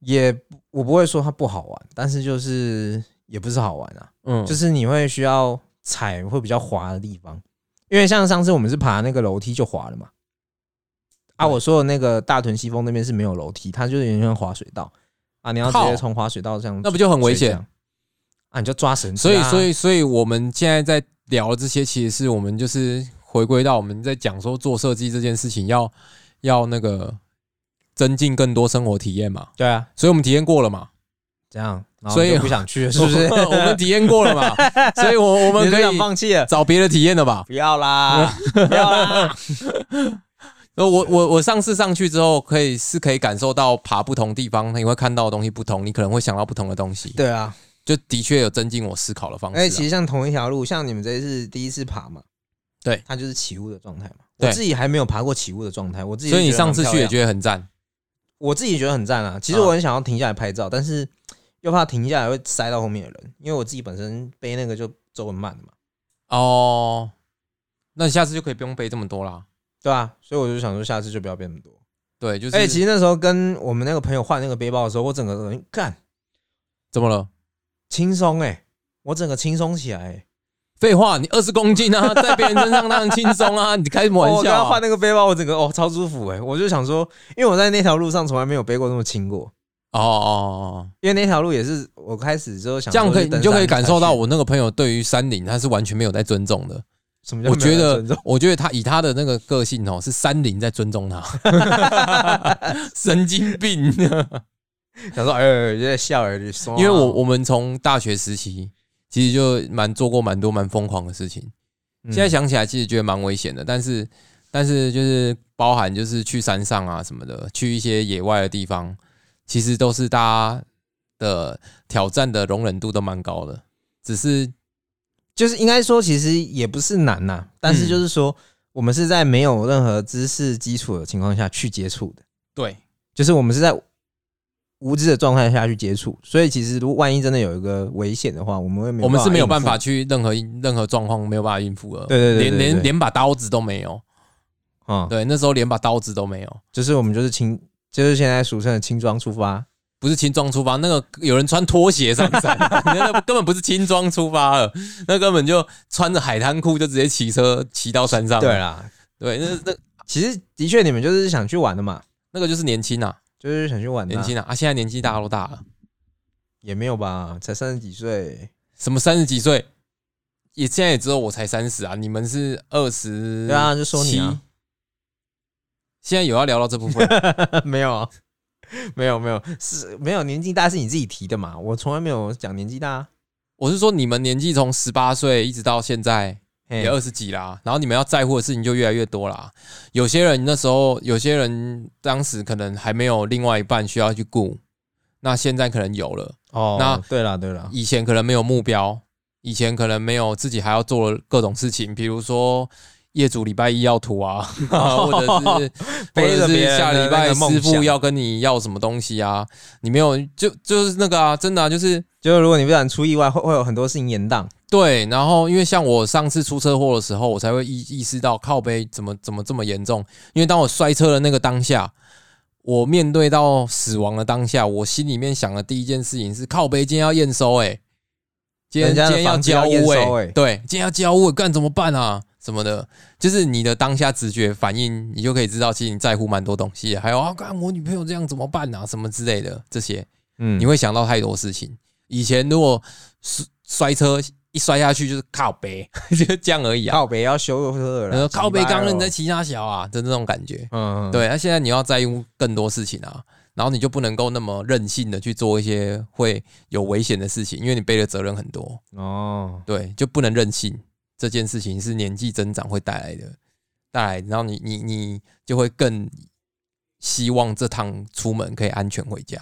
[SPEAKER 2] 也不我不会说它不好玩，但是就是也不是好玩啊，
[SPEAKER 1] 嗯，
[SPEAKER 2] 就是你会需要踩会比较滑的地方，因为像上次我们是爬那个楼梯就滑了嘛。啊，
[SPEAKER 1] 对
[SPEAKER 2] 我说的那个大屯西峰那边是没有楼梯，它就是有点像滑水道啊，你要直接
[SPEAKER 1] 靠
[SPEAKER 2] 从滑水道这样，
[SPEAKER 1] 那不就很危险？
[SPEAKER 2] 啊，你就抓绳子、
[SPEAKER 1] 所以，
[SPEAKER 2] 啊，
[SPEAKER 1] 所以，所以我们现在在聊的这些，其实是我们就是回归到我们在讲说做设计这件事情要要那个增进更多生活体验嘛。
[SPEAKER 2] 对啊，
[SPEAKER 1] 所以我们体验过了嘛，
[SPEAKER 2] 这样，然后
[SPEAKER 1] 所以
[SPEAKER 2] 你就不想去了，是不是？
[SPEAKER 1] (laughs) 我们体验过了
[SPEAKER 2] (laughs)
[SPEAKER 1] 嘛，所以我我
[SPEAKER 2] 我
[SPEAKER 1] 们可
[SPEAKER 2] 想
[SPEAKER 1] 以
[SPEAKER 2] 放弃了，
[SPEAKER 1] 找别的体验了吧？
[SPEAKER 2] 不要 (laughs) 啦，不要啦，
[SPEAKER 1] 呃，我我我上次上去之后，可以是可以感受到爬不同地方，你会看到的东西不同，你可能会想到不同的东西，
[SPEAKER 2] 对啊，
[SPEAKER 1] 就的确有增进我思考的方式、
[SPEAKER 2] 哎，
[SPEAKER 1] 啊。
[SPEAKER 2] 其实像同一条路，像你们这一次第一次爬嘛，
[SPEAKER 1] 对
[SPEAKER 2] 它就是起雾的状态嘛。我
[SPEAKER 1] 对
[SPEAKER 2] 自己还没有爬过起雾的状态，我自己
[SPEAKER 1] 所以你
[SPEAKER 2] 就觉得
[SPEAKER 1] 上
[SPEAKER 2] 很
[SPEAKER 1] 次去
[SPEAKER 2] 漂
[SPEAKER 1] 也
[SPEAKER 2] 亮，
[SPEAKER 1] 觉得嗯很赞，
[SPEAKER 2] 我自己觉得很赞啊。其实我很想要停下来拍照，但是又怕停下来会塞到后面的人，因为我自己本身背那个就走很慢的嘛，
[SPEAKER 1] 哦，那你下次就可以不用背这么多啦。
[SPEAKER 2] 对吧、啊？所以我就想说，下次就不要背那么多。
[SPEAKER 1] 对，就是。
[SPEAKER 2] 而哎且其实那时候跟我们那个朋友换那个背包的时候，我整个人干
[SPEAKER 1] 怎么了？
[SPEAKER 2] 轻松哎，我整个轻松起来、欸。
[SPEAKER 1] 废话，你二十公斤啊，在别人身上当然轻松啊，你开什么
[SPEAKER 2] 哦我
[SPEAKER 1] 玩
[SPEAKER 2] 刚
[SPEAKER 1] 笑、
[SPEAKER 2] 刚
[SPEAKER 1] 啊
[SPEAKER 2] 换？那个背包，我整个哦超舒服哎、我就想说，因为我在那条路上从来没有背过那么轻过。
[SPEAKER 1] 哦哦
[SPEAKER 2] 因为那条路也是我开始之后
[SPEAKER 1] 哦，
[SPEAKER 2] 想说
[SPEAKER 1] 这样可以，
[SPEAKER 2] 去登
[SPEAKER 1] 你就可以
[SPEAKER 2] 山
[SPEAKER 1] 感受到
[SPEAKER 2] 才去
[SPEAKER 1] 我那个朋友对于山林他是完全没有在尊重的。
[SPEAKER 2] 什么叫
[SPEAKER 1] 我觉
[SPEAKER 2] 没有
[SPEAKER 1] 得
[SPEAKER 2] 人尊重，
[SPEAKER 1] 我觉得他以他的那个个性哦，是山林在尊重他，
[SPEAKER 2] (laughs)
[SPEAKER 1] 神经病。
[SPEAKER 2] 想说哎呦，有在笑而已，说啊
[SPEAKER 1] 因为我我们从大学时期其实就蛮做过蛮多蛮疯狂的事情，
[SPEAKER 2] 嗯
[SPEAKER 1] 现在想起来其实觉得蛮危险的，但是但是就是包含就是去山上啊什么的，去一些野外的地方，其实都是大家的挑战的容忍度都蛮高的，只是
[SPEAKER 2] 就是应该说其实也不是难呐、但是
[SPEAKER 1] 嗯
[SPEAKER 2] 就是说、我们是在没有任何知识基础的情况下去接触的，
[SPEAKER 1] 对
[SPEAKER 2] 就是我们是在无知的状态下去接触，所以其实如果万一真的有一个危险的话，我们会没
[SPEAKER 1] 我们是没有办法
[SPEAKER 2] 应
[SPEAKER 1] 去任何任何状况没有办法应付了，
[SPEAKER 2] 对对对对
[SPEAKER 1] 连
[SPEAKER 2] 对
[SPEAKER 1] 连
[SPEAKER 2] 对
[SPEAKER 1] 连把刀子都没有，
[SPEAKER 2] 付啊、嗯，
[SPEAKER 1] 对，那时候连把刀子都没有。
[SPEAKER 2] 就是我们就是轻，就是现在俗称的轻装出发，
[SPEAKER 1] 不是轻装出发，那个有人穿拖鞋上
[SPEAKER 2] (laughs)
[SPEAKER 1] 山，那那根本不是轻装出发了，那根本就穿着海滩裤就直接骑车骑到山上。
[SPEAKER 2] 对啊啦，
[SPEAKER 1] 对，那那
[SPEAKER 2] 其实的确你们就是想去玩的嘛，
[SPEAKER 1] 那个就是年轻啊，
[SPEAKER 2] 就是想去玩的啊、
[SPEAKER 1] 年轻啊啊！现在年纪大家都大了，
[SPEAKER 2] 也没有吧，才三十几岁。
[SPEAKER 1] 什么三十几岁，也现在也只有我才三十啊，你们是二十，
[SPEAKER 2] 对啊就说你啊。
[SPEAKER 1] 现在有要聊到这部
[SPEAKER 2] (laughs)
[SPEAKER 1] 分
[SPEAKER 2] 没有啊， (laughs) 没有没有，是没有年纪大是你自己提的嘛？我从来没有讲年纪大、啊。
[SPEAKER 1] 我是说你们年纪从十八岁一直到现在，
[SPEAKER 2] 嘿
[SPEAKER 1] 也二十几啦，然后你们要在乎的事情就越来越多啦。有些人那时候，有些人当时可能还没有另外一半需要去顾，那现在可能有了。
[SPEAKER 2] 哦，
[SPEAKER 1] 那
[SPEAKER 2] 对了对了，
[SPEAKER 1] 以前可能没有目标，以前可能没有自己还要做各种事情，比如说业主礼拜一要涂
[SPEAKER 2] (laughs)
[SPEAKER 1] 啊，或者是或
[SPEAKER 2] 背着
[SPEAKER 1] 者
[SPEAKER 2] 别
[SPEAKER 1] 是
[SPEAKER 2] 人
[SPEAKER 1] 下礼
[SPEAKER 2] 的那
[SPEAKER 1] 拜
[SPEAKER 2] 个梦
[SPEAKER 1] 师傅
[SPEAKER 2] 想
[SPEAKER 1] 要跟你要什么东西啊，你没有就就是那个啊，真的、啊、就是
[SPEAKER 2] 就是如果你不想出意外，会会有很多事情延宕。
[SPEAKER 1] 对，然后因为像我上次出车祸的时候，我才会意意识到靠背怎么怎么这么严重。因为当我摔车的那个当下，我面对到死亡的当下，我心里面想的第一件事情是靠背今天要验收哎、今天
[SPEAKER 2] 人
[SPEAKER 1] 今
[SPEAKER 2] 家的
[SPEAKER 1] 天要
[SPEAKER 2] 房子
[SPEAKER 1] 交
[SPEAKER 2] 要验
[SPEAKER 1] 屋哎、
[SPEAKER 2] 收欸
[SPEAKER 1] 对，今天要交屋欸干、怎么办啊？什么的，就是你的当下直觉反应，你就可以知道，其实你在乎蛮多东西的。还有啊，干我女朋友这样怎么办啊？什么之类的这些，
[SPEAKER 2] 嗯
[SPEAKER 1] 你会想到太多事情。以前如果摔摔车一摔下去就是靠背， (laughs) 就这样而已啊。
[SPEAKER 2] 靠北要修车
[SPEAKER 1] 然后
[SPEAKER 2] 了，
[SPEAKER 1] 呃靠背刚
[SPEAKER 2] 了
[SPEAKER 1] 人在骑他小啊的那种感觉。
[SPEAKER 2] 嗯，嗯，
[SPEAKER 1] 对，那、现在你要在乎更多事情啊，然后你就不能够那么任性的去做一些会有危险的事情，因为你背的责任很多。
[SPEAKER 2] 哦，
[SPEAKER 1] 对，就不能任性。这件事情是年纪增长会带来的，带来，然后你你你就会更希望这趟出门可以安全回家。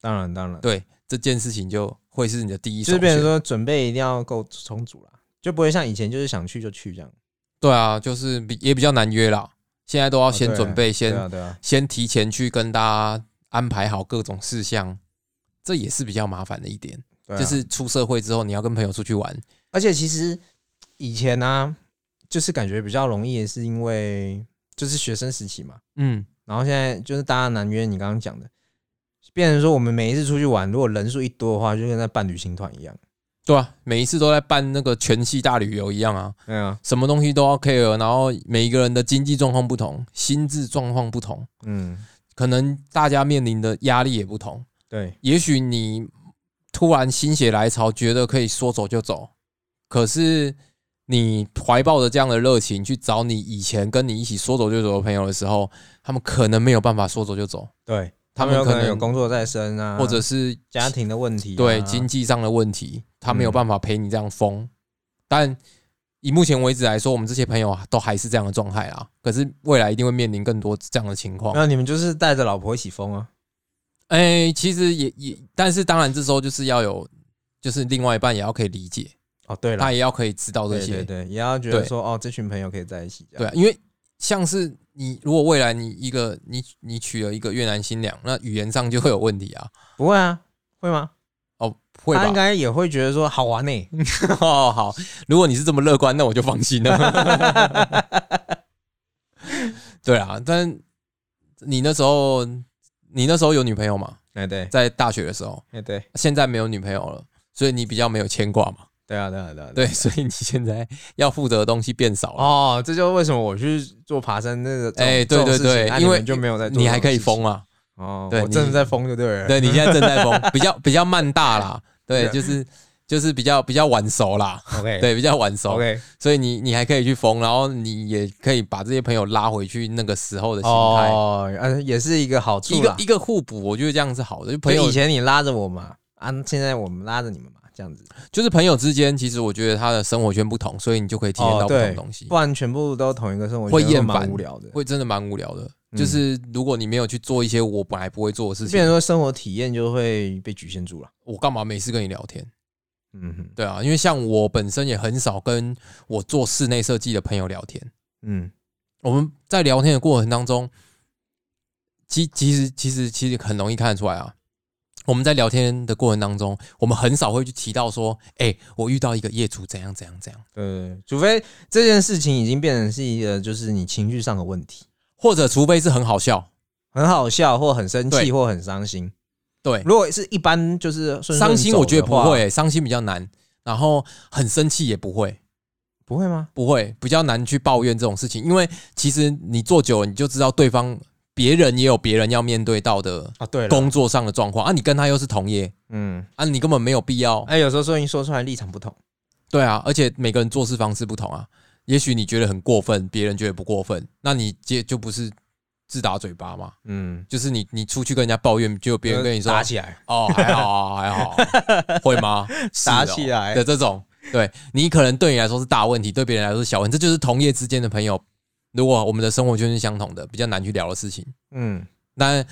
[SPEAKER 2] 当然当然，
[SPEAKER 1] 对，这件事情就会是你的第一首
[SPEAKER 2] 就是变成
[SPEAKER 1] 选。
[SPEAKER 2] 说准备一定要够充足啦，就不会像以前就是想去就去这样。
[SPEAKER 1] 对啊，就是比也比较难约啦。现在都要
[SPEAKER 2] 哦
[SPEAKER 1] 先
[SPEAKER 2] 对
[SPEAKER 1] 准备，
[SPEAKER 2] 对
[SPEAKER 1] 先
[SPEAKER 2] 啊对啊，
[SPEAKER 1] 先提前去跟大家安排好各种事项，这也是比较麻烦的一点。
[SPEAKER 2] 对啊
[SPEAKER 1] 就是出社会之后，你要跟朋友出去玩，
[SPEAKER 2] 而且其实以前呢、就是感觉比较容易，是因为就是学生时期嘛。
[SPEAKER 1] 嗯，
[SPEAKER 2] 然后现在就是大家难约，你刚刚讲的，变成说我们每一次出去玩，如果人数一多的话，就跟在办旅行团一样。
[SPEAKER 1] 对啊，每一次都在办那个全系大旅游一样啊，
[SPEAKER 2] 对啊，
[SPEAKER 1] 什么东西都要 care，然后每一个人的经济状况不同，心智状况不同，
[SPEAKER 2] 嗯，
[SPEAKER 1] 可能大家面临的压力也不同，
[SPEAKER 2] 对，
[SPEAKER 1] 也许你突然心血来潮，觉得可以说走就走，可是你怀抱着这样的热情去找你以前跟你一起说走就走的朋友的时候，他们可能没有办法说走就走，
[SPEAKER 2] 对
[SPEAKER 1] 他
[SPEAKER 2] 他
[SPEAKER 1] 们
[SPEAKER 2] 们有
[SPEAKER 1] 可
[SPEAKER 2] 可
[SPEAKER 1] 能
[SPEAKER 2] 能有工作在身啊，
[SPEAKER 1] 或者是
[SPEAKER 2] 家庭的问题、啊，嗯
[SPEAKER 1] 对经济上的问题，他没有办法陪你这样疯。但以目前为止来说，我们这些朋友都还是这样的状态啦。可是未来一定会面临更多这样的情况。
[SPEAKER 2] 那你们就是带着老婆一起疯啊，
[SPEAKER 1] 哎、其实也也，但是当然这时候就是要有，就是另外一半也要可以理解。
[SPEAKER 2] 哦，对了
[SPEAKER 1] 他，也要可以知道这
[SPEAKER 2] 对
[SPEAKER 1] 些，
[SPEAKER 2] 对对，也要觉得
[SPEAKER 1] 对
[SPEAKER 2] 说哦，这群朋友可以在一起这
[SPEAKER 1] 对
[SPEAKER 2] 样，
[SPEAKER 1] 啊因为像是你如果未来你一个你你娶了一个越南新娘，那语言上就会有问题啊，
[SPEAKER 2] 不会啊，会吗？
[SPEAKER 1] 哦，会
[SPEAKER 2] 他
[SPEAKER 1] 吧
[SPEAKER 2] 应？该也会觉得说好玩呢、欸
[SPEAKER 1] 哦，好，如果你是这么乐观，那我就放心了。 (laughs)
[SPEAKER 2] (laughs)
[SPEAKER 1] 对啊，但你那时候你那时候有女朋友嘛？
[SPEAKER 2] 哎对，
[SPEAKER 1] 在大学的时候，
[SPEAKER 2] 哎对，
[SPEAKER 1] 现在没有女朋友了，所以你比较没有牵挂嘛？
[SPEAKER 2] 对啊对啊对啊，
[SPEAKER 1] 对，所以你现在要负责的东西变少了。
[SPEAKER 2] 哦，这就是为什么我去做爬山那个这种，
[SPEAKER 1] 哎对
[SPEAKER 2] 这种
[SPEAKER 1] 对
[SPEAKER 2] 事情
[SPEAKER 1] 对
[SPEAKER 2] 啊
[SPEAKER 1] 因为
[SPEAKER 2] 你们就没有在做，
[SPEAKER 1] 你还可以疯
[SPEAKER 2] 啊，
[SPEAKER 1] 啊！
[SPEAKER 2] 哦，
[SPEAKER 1] 对
[SPEAKER 2] 我真
[SPEAKER 1] 你
[SPEAKER 2] 的在疯就对了， (laughs)
[SPEAKER 1] 对你现在正在疯，比较比较慢大啦，对，
[SPEAKER 2] 对
[SPEAKER 1] 就是就是比较比较晚熟啦，
[SPEAKER 2] ，OK
[SPEAKER 1] 对，比较晚熟，
[SPEAKER 2] OK，
[SPEAKER 1] 所以你你还可以去疯，然后你也可以把这些朋友拉回去那个时候的心态，
[SPEAKER 2] 哦，呃，也是一个好处
[SPEAKER 1] 一
[SPEAKER 2] 啦
[SPEAKER 1] 个一个互补，我觉得这样是好的。就
[SPEAKER 2] 就
[SPEAKER 1] 朋友
[SPEAKER 2] 以前你拉着我嘛，啊，现在我们拉着你们嘛，这样子，
[SPEAKER 1] 就是朋友之间，其实我觉得他的生活圈不同，所以你就可以体验到不同
[SPEAKER 2] 哦对
[SPEAKER 1] 的东西
[SPEAKER 2] 不，然全部都同一个生活圈，
[SPEAKER 1] 会厌
[SPEAKER 2] 蛮
[SPEAKER 1] 烦
[SPEAKER 2] 无聊的，
[SPEAKER 1] 会真的蛮无聊的。
[SPEAKER 2] 嗯
[SPEAKER 1] 就是如果你没有去做一些我本来不会做的事
[SPEAKER 2] 变
[SPEAKER 1] 情，
[SPEAKER 2] 成说生活体验就会被局限住了，
[SPEAKER 1] 我干嘛没事跟你聊天？
[SPEAKER 2] 嗯哼，
[SPEAKER 1] 对啊，因为像我本身也很少跟我做室内设计的朋友聊天。
[SPEAKER 2] 嗯，
[SPEAKER 1] 我们在聊天的过程当中，其其实其实其实很容易看得出来啊。我们在聊天的过程当中，我们很少会去提到说，哎、我遇到一个业主怎样怎样怎样，
[SPEAKER 2] 对对对，除非这件事情已经变成是一个就是你情绪上的问题，
[SPEAKER 1] 或者除非是很好笑，
[SPEAKER 2] 很好笑或很生
[SPEAKER 1] 对
[SPEAKER 2] 气或很伤心。
[SPEAKER 1] 对，
[SPEAKER 2] 如果是一般就是顺顺
[SPEAKER 1] 伤心
[SPEAKER 2] 走的
[SPEAKER 1] 我觉得不
[SPEAKER 2] 话
[SPEAKER 1] 会、，伤心比较难，然后很生气也不会，
[SPEAKER 2] 不会吗？
[SPEAKER 1] 不会比较难去抱怨这种事情，因为其实你做久了你就知道对方别人也有别人要面对到的
[SPEAKER 2] 啊，对了，
[SPEAKER 1] 工作上的状况啊，你跟他又是同业
[SPEAKER 2] 嗯，
[SPEAKER 1] 啊，你根本没有必要
[SPEAKER 2] 哎，有时候说你说出来立场不同，
[SPEAKER 1] 对啊，而且每个人做事方式不同啊。也许你觉得很过分，别人觉得不过分，那你接就不是自打嘴巴嘛？
[SPEAKER 2] 嗯，
[SPEAKER 1] 就是你你出去跟人家抱怨，就别人跟你说
[SPEAKER 2] 呃打起来，
[SPEAKER 1] 哦还好啊还好啊，
[SPEAKER 2] (laughs)
[SPEAKER 1] 会吗？是
[SPEAKER 2] 打
[SPEAKER 1] 哦
[SPEAKER 2] 起来
[SPEAKER 1] 的这种，对你可能对你来说是大问题，对别人来说是小问题，这就是同业之间的朋友。如果我们的生活圈是相同的，比较难去聊的事情。
[SPEAKER 2] 嗯，
[SPEAKER 1] 但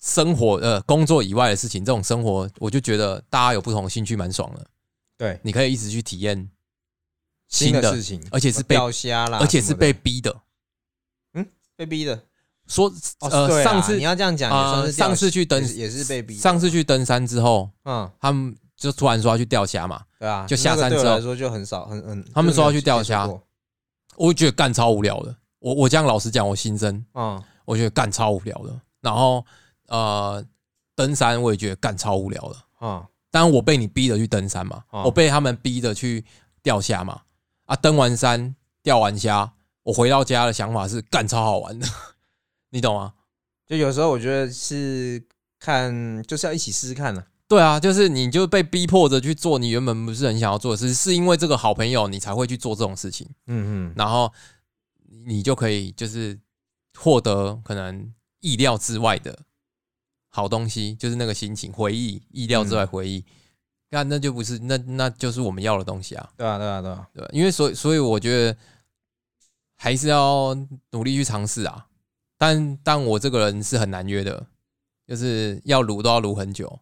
[SPEAKER 1] 生活呃工作以外的事情，这种生活我就觉得大家有不同的兴趣，蛮爽的。
[SPEAKER 2] 对，
[SPEAKER 1] 你可以一直去体验
[SPEAKER 2] 新
[SPEAKER 1] 的
[SPEAKER 2] 的事情，
[SPEAKER 1] 而且是被
[SPEAKER 2] 钓虾啦，
[SPEAKER 1] 而且是
[SPEAKER 2] 啊什么的
[SPEAKER 1] 被逼的。
[SPEAKER 2] 被逼的。
[SPEAKER 1] 说
[SPEAKER 2] 哦
[SPEAKER 1] 呃，
[SPEAKER 2] 对啦
[SPEAKER 1] 上次
[SPEAKER 2] 你要这样讲，也算
[SPEAKER 1] 呃，
[SPEAKER 2] 是钓
[SPEAKER 1] 上次去登
[SPEAKER 2] 也是也是被逼的，
[SPEAKER 1] 上次去登山之后，
[SPEAKER 2] 嗯，
[SPEAKER 1] 他们就突然说要去钓虾嘛，
[SPEAKER 2] 对啊，
[SPEAKER 1] 就下
[SPEAKER 2] 那个
[SPEAKER 1] 山
[SPEAKER 2] 对
[SPEAKER 1] 之
[SPEAKER 2] 我
[SPEAKER 1] 后
[SPEAKER 2] 来说就很少，很很，
[SPEAKER 1] 他们
[SPEAKER 2] 就没有
[SPEAKER 1] 说要去钓虾
[SPEAKER 2] 接触过，
[SPEAKER 1] 我就觉得干超无聊的。我我这样老实讲，我心声，
[SPEAKER 2] 嗯，
[SPEAKER 1] 我觉得干超无聊的。然后呃，登山我也觉得干超无聊的。
[SPEAKER 2] 啊，
[SPEAKER 1] 当然我被你逼着去登山嘛，
[SPEAKER 2] 哦
[SPEAKER 1] 我被他们逼着去钓虾嘛。啊，登完山钓完虾，我回到家的想法是干超好玩的， (laughs) 你懂吗？
[SPEAKER 2] 就有时候我觉得是看，就是要一起试试看呢、
[SPEAKER 1] 对啊，就是你就被逼迫着去做你原本不是很想要做的事，是因为这个好朋友你才会去做这种事情，
[SPEAKER 2] 嗯嗯，
[SPEAKER 1] 然后你就可以就是获得可能意料之外的好东西，就是那个心情回忆，意料之外回忆。那、那就不是那那就是我们要的东西啊。
[SPEAKER 2] 对啊，对啊，对啊，
[SPEAKER 1] 对吧，因为所以所以我觉得还是要努力去尝试啊。但但我这个人是很难约的，就是要撸都要撸很久，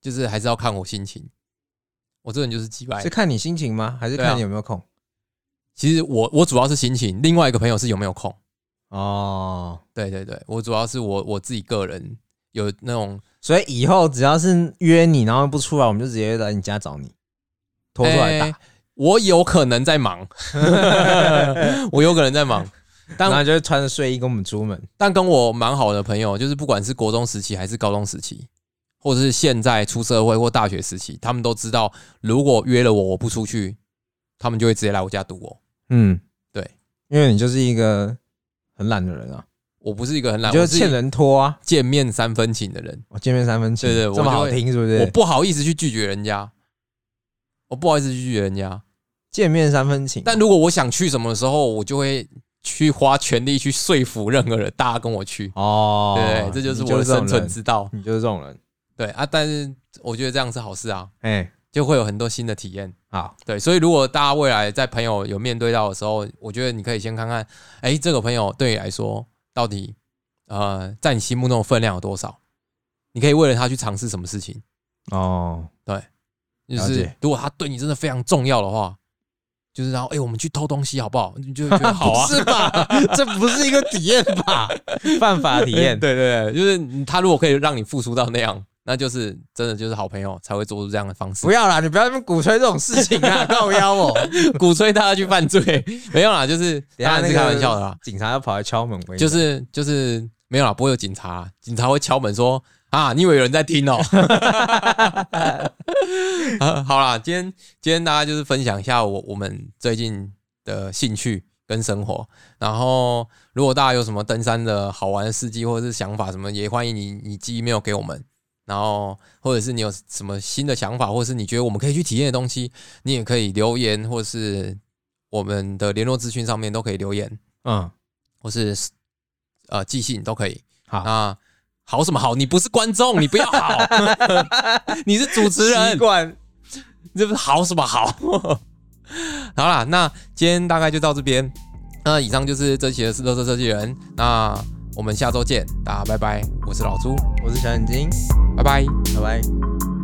[SPEAKER 1] 就是还是要看我心情。我这个人就是鸡掰
[SPEAKER 2] 是。看你心情吗？还是
[SPEAKER 1] 对啊
[SPEAKER 2] 看你有没有空？
[SPEAKER 1] 其实我我主要是心情，另外一个朋友是有没有空。
[SPEAKER 2] 哦，
[SPEAKER 1] 对对对，我主要是我我自己个人有那种
[SPEAKER 2] 所以以后只要是约你，然后不出来，我们就直接来你家找你，拖出来打，
[SPEAKER 1] 欸我有可能在忙， (laughs) 我有可能在忙。当
[SPEAKER 2] 然后就会穿着睡衣跟我们出门。
[SPEAKER 1] 但跟我蛮好的朋友，就是不管是国中时期还是高中时期，或者是现在出社会或大学时期，他们都知道，如果约了我我不出去，他们就会直接来我家堵我。
[SPEAKER 2] 嗯，
[SPEAKER 1] 对，
[SPEAKER 2] 因为你就是一个很懒的人啊，
[SPEAKER 1] 我不是一个很
[SPEAKER 2] 你
[SPEAKER 1] 懒，
[SPEAKER 2] 就
[SPEAKER 1] 我
[SPEAKER 2] 是欠
[SPEAKER 1] 是
[SPEAKER 2] 人拖啊。
[SPEAKER 1] 见面三分情的人，
[SPEAKER 2] 我见面三分情，
[SPEAKER 1] 对对我
[SPEAKER 2] 这么
[SPEAKER 1] 就
[SPEAKER 2] 好
[SPEAKER 1] 会
[SPEAKER 2] 听是不是？
[SPEAKER 1] 我不好意思去拒绝人家，我不好意思去拒绝人家。
[SPEAKER 2] 见面三分情，
[SPEAKER 1] 但如果我想去什么的时候，我就会去花全力去说服任何人，大家跟我去。
[SPEAKER 2] 哦，
[SPEAKER 1] 对，这就是我的生存之道。
[SPEAKER 2] 你就是这种人，
[SPEAKER 1] 对啊，但是我觉得这样是好事啊，
[SPEAKER 2] 哎、
[SPEAKER 1] 就会有很多新的体验。
[SPEAKER 2] 好，
[SPEAKER 1] 对，所以如果大家未来在朋友有面对到的时候，我觉得你可以先看看，哎，这个朋友对你来说到底呃，在你心目中的分量有多少？你可以为了他去尝试什么事情。
[SPEAKER 2] 哦，
[SPEAKER 1] 就
[SPEAKER 2] 了
[SPEAKER 1] 是
[SPEAKER 2] 解
[SPEAKER 1] 如果他对你真的非常重要的话，就是然后哎，我们去偷东西好不好？你就会觉
[SPEAKER 2] (laughs)
[SPEAKER 1] 得好啊，
[SPEAKER 2] 不是吧？这不是一个体验吧？犯法体 (laughs) 验，
[SPEAKER 1] 对对对，就是你他如果可以让你付出到那样，那就是真的就是好朋友才会做出这样的方式
[SPEAKER 2] 不。要啦，你不要在那边鼓吹这种事情啊，告腰哦。
[SPEAKER 1] (laughs) 鼓吹大家去犯罪，没有啦，就是
[SPEAKER 2] 等一
[SPEAKER 1] 当
[SPEAKER 2] 下
[SPEAKER 1] 然是
[SPEAKER 2] 那个
[SPEAKER 1] 开玩笑的啦。
[SPEAKER 2] 警察要跑来敲门，我跟你
[SPEAKER 1] 就
[SPEAKER 2] 讲
[SPEAKER 1] 是就是没有啦，不会有警察啦，警察会敲门说啊，你以为有人在听哦、 (laughs) 啊好啦，今天今天大家就是分享一下我我们最近的兴趣跟生活，然后如果大家有什么登山的好玩的事迹或者是想法什么，也欢迎你你寄 email 给我们。然后，或者是你有什么新的想法，或者是你觉得我们可以去体验的东西，你也可以留言，或是我们的联络资讯上面都可以留言。
[SPEAKER 2] 嗯，
[SPEAKER 1] 或是 s- 呃寄信都可以。
[SPEAKER 2] 好
[SPEAKER 1] 那好什么好？你不是观众，你不要
[SPEAKER 2] (laughs)
[SPEAKER 1] 好，你是主持
[SPEAKER 2] 习
[SPEAKER 1] 人，
[SPEAKER 2] 惯，
[SPEAKER 1] 这不是好什么好？ (laughs) 好啦，那今天大概就到这边。那以上就是这期的《四周车设计人》，那我们下周见，大家拜拜，我是老朱，
[SPEAKER 2] 我是小眼睛，
[SPEAKER 1] 拜拜。
[SPEAKER 2] 拜拜。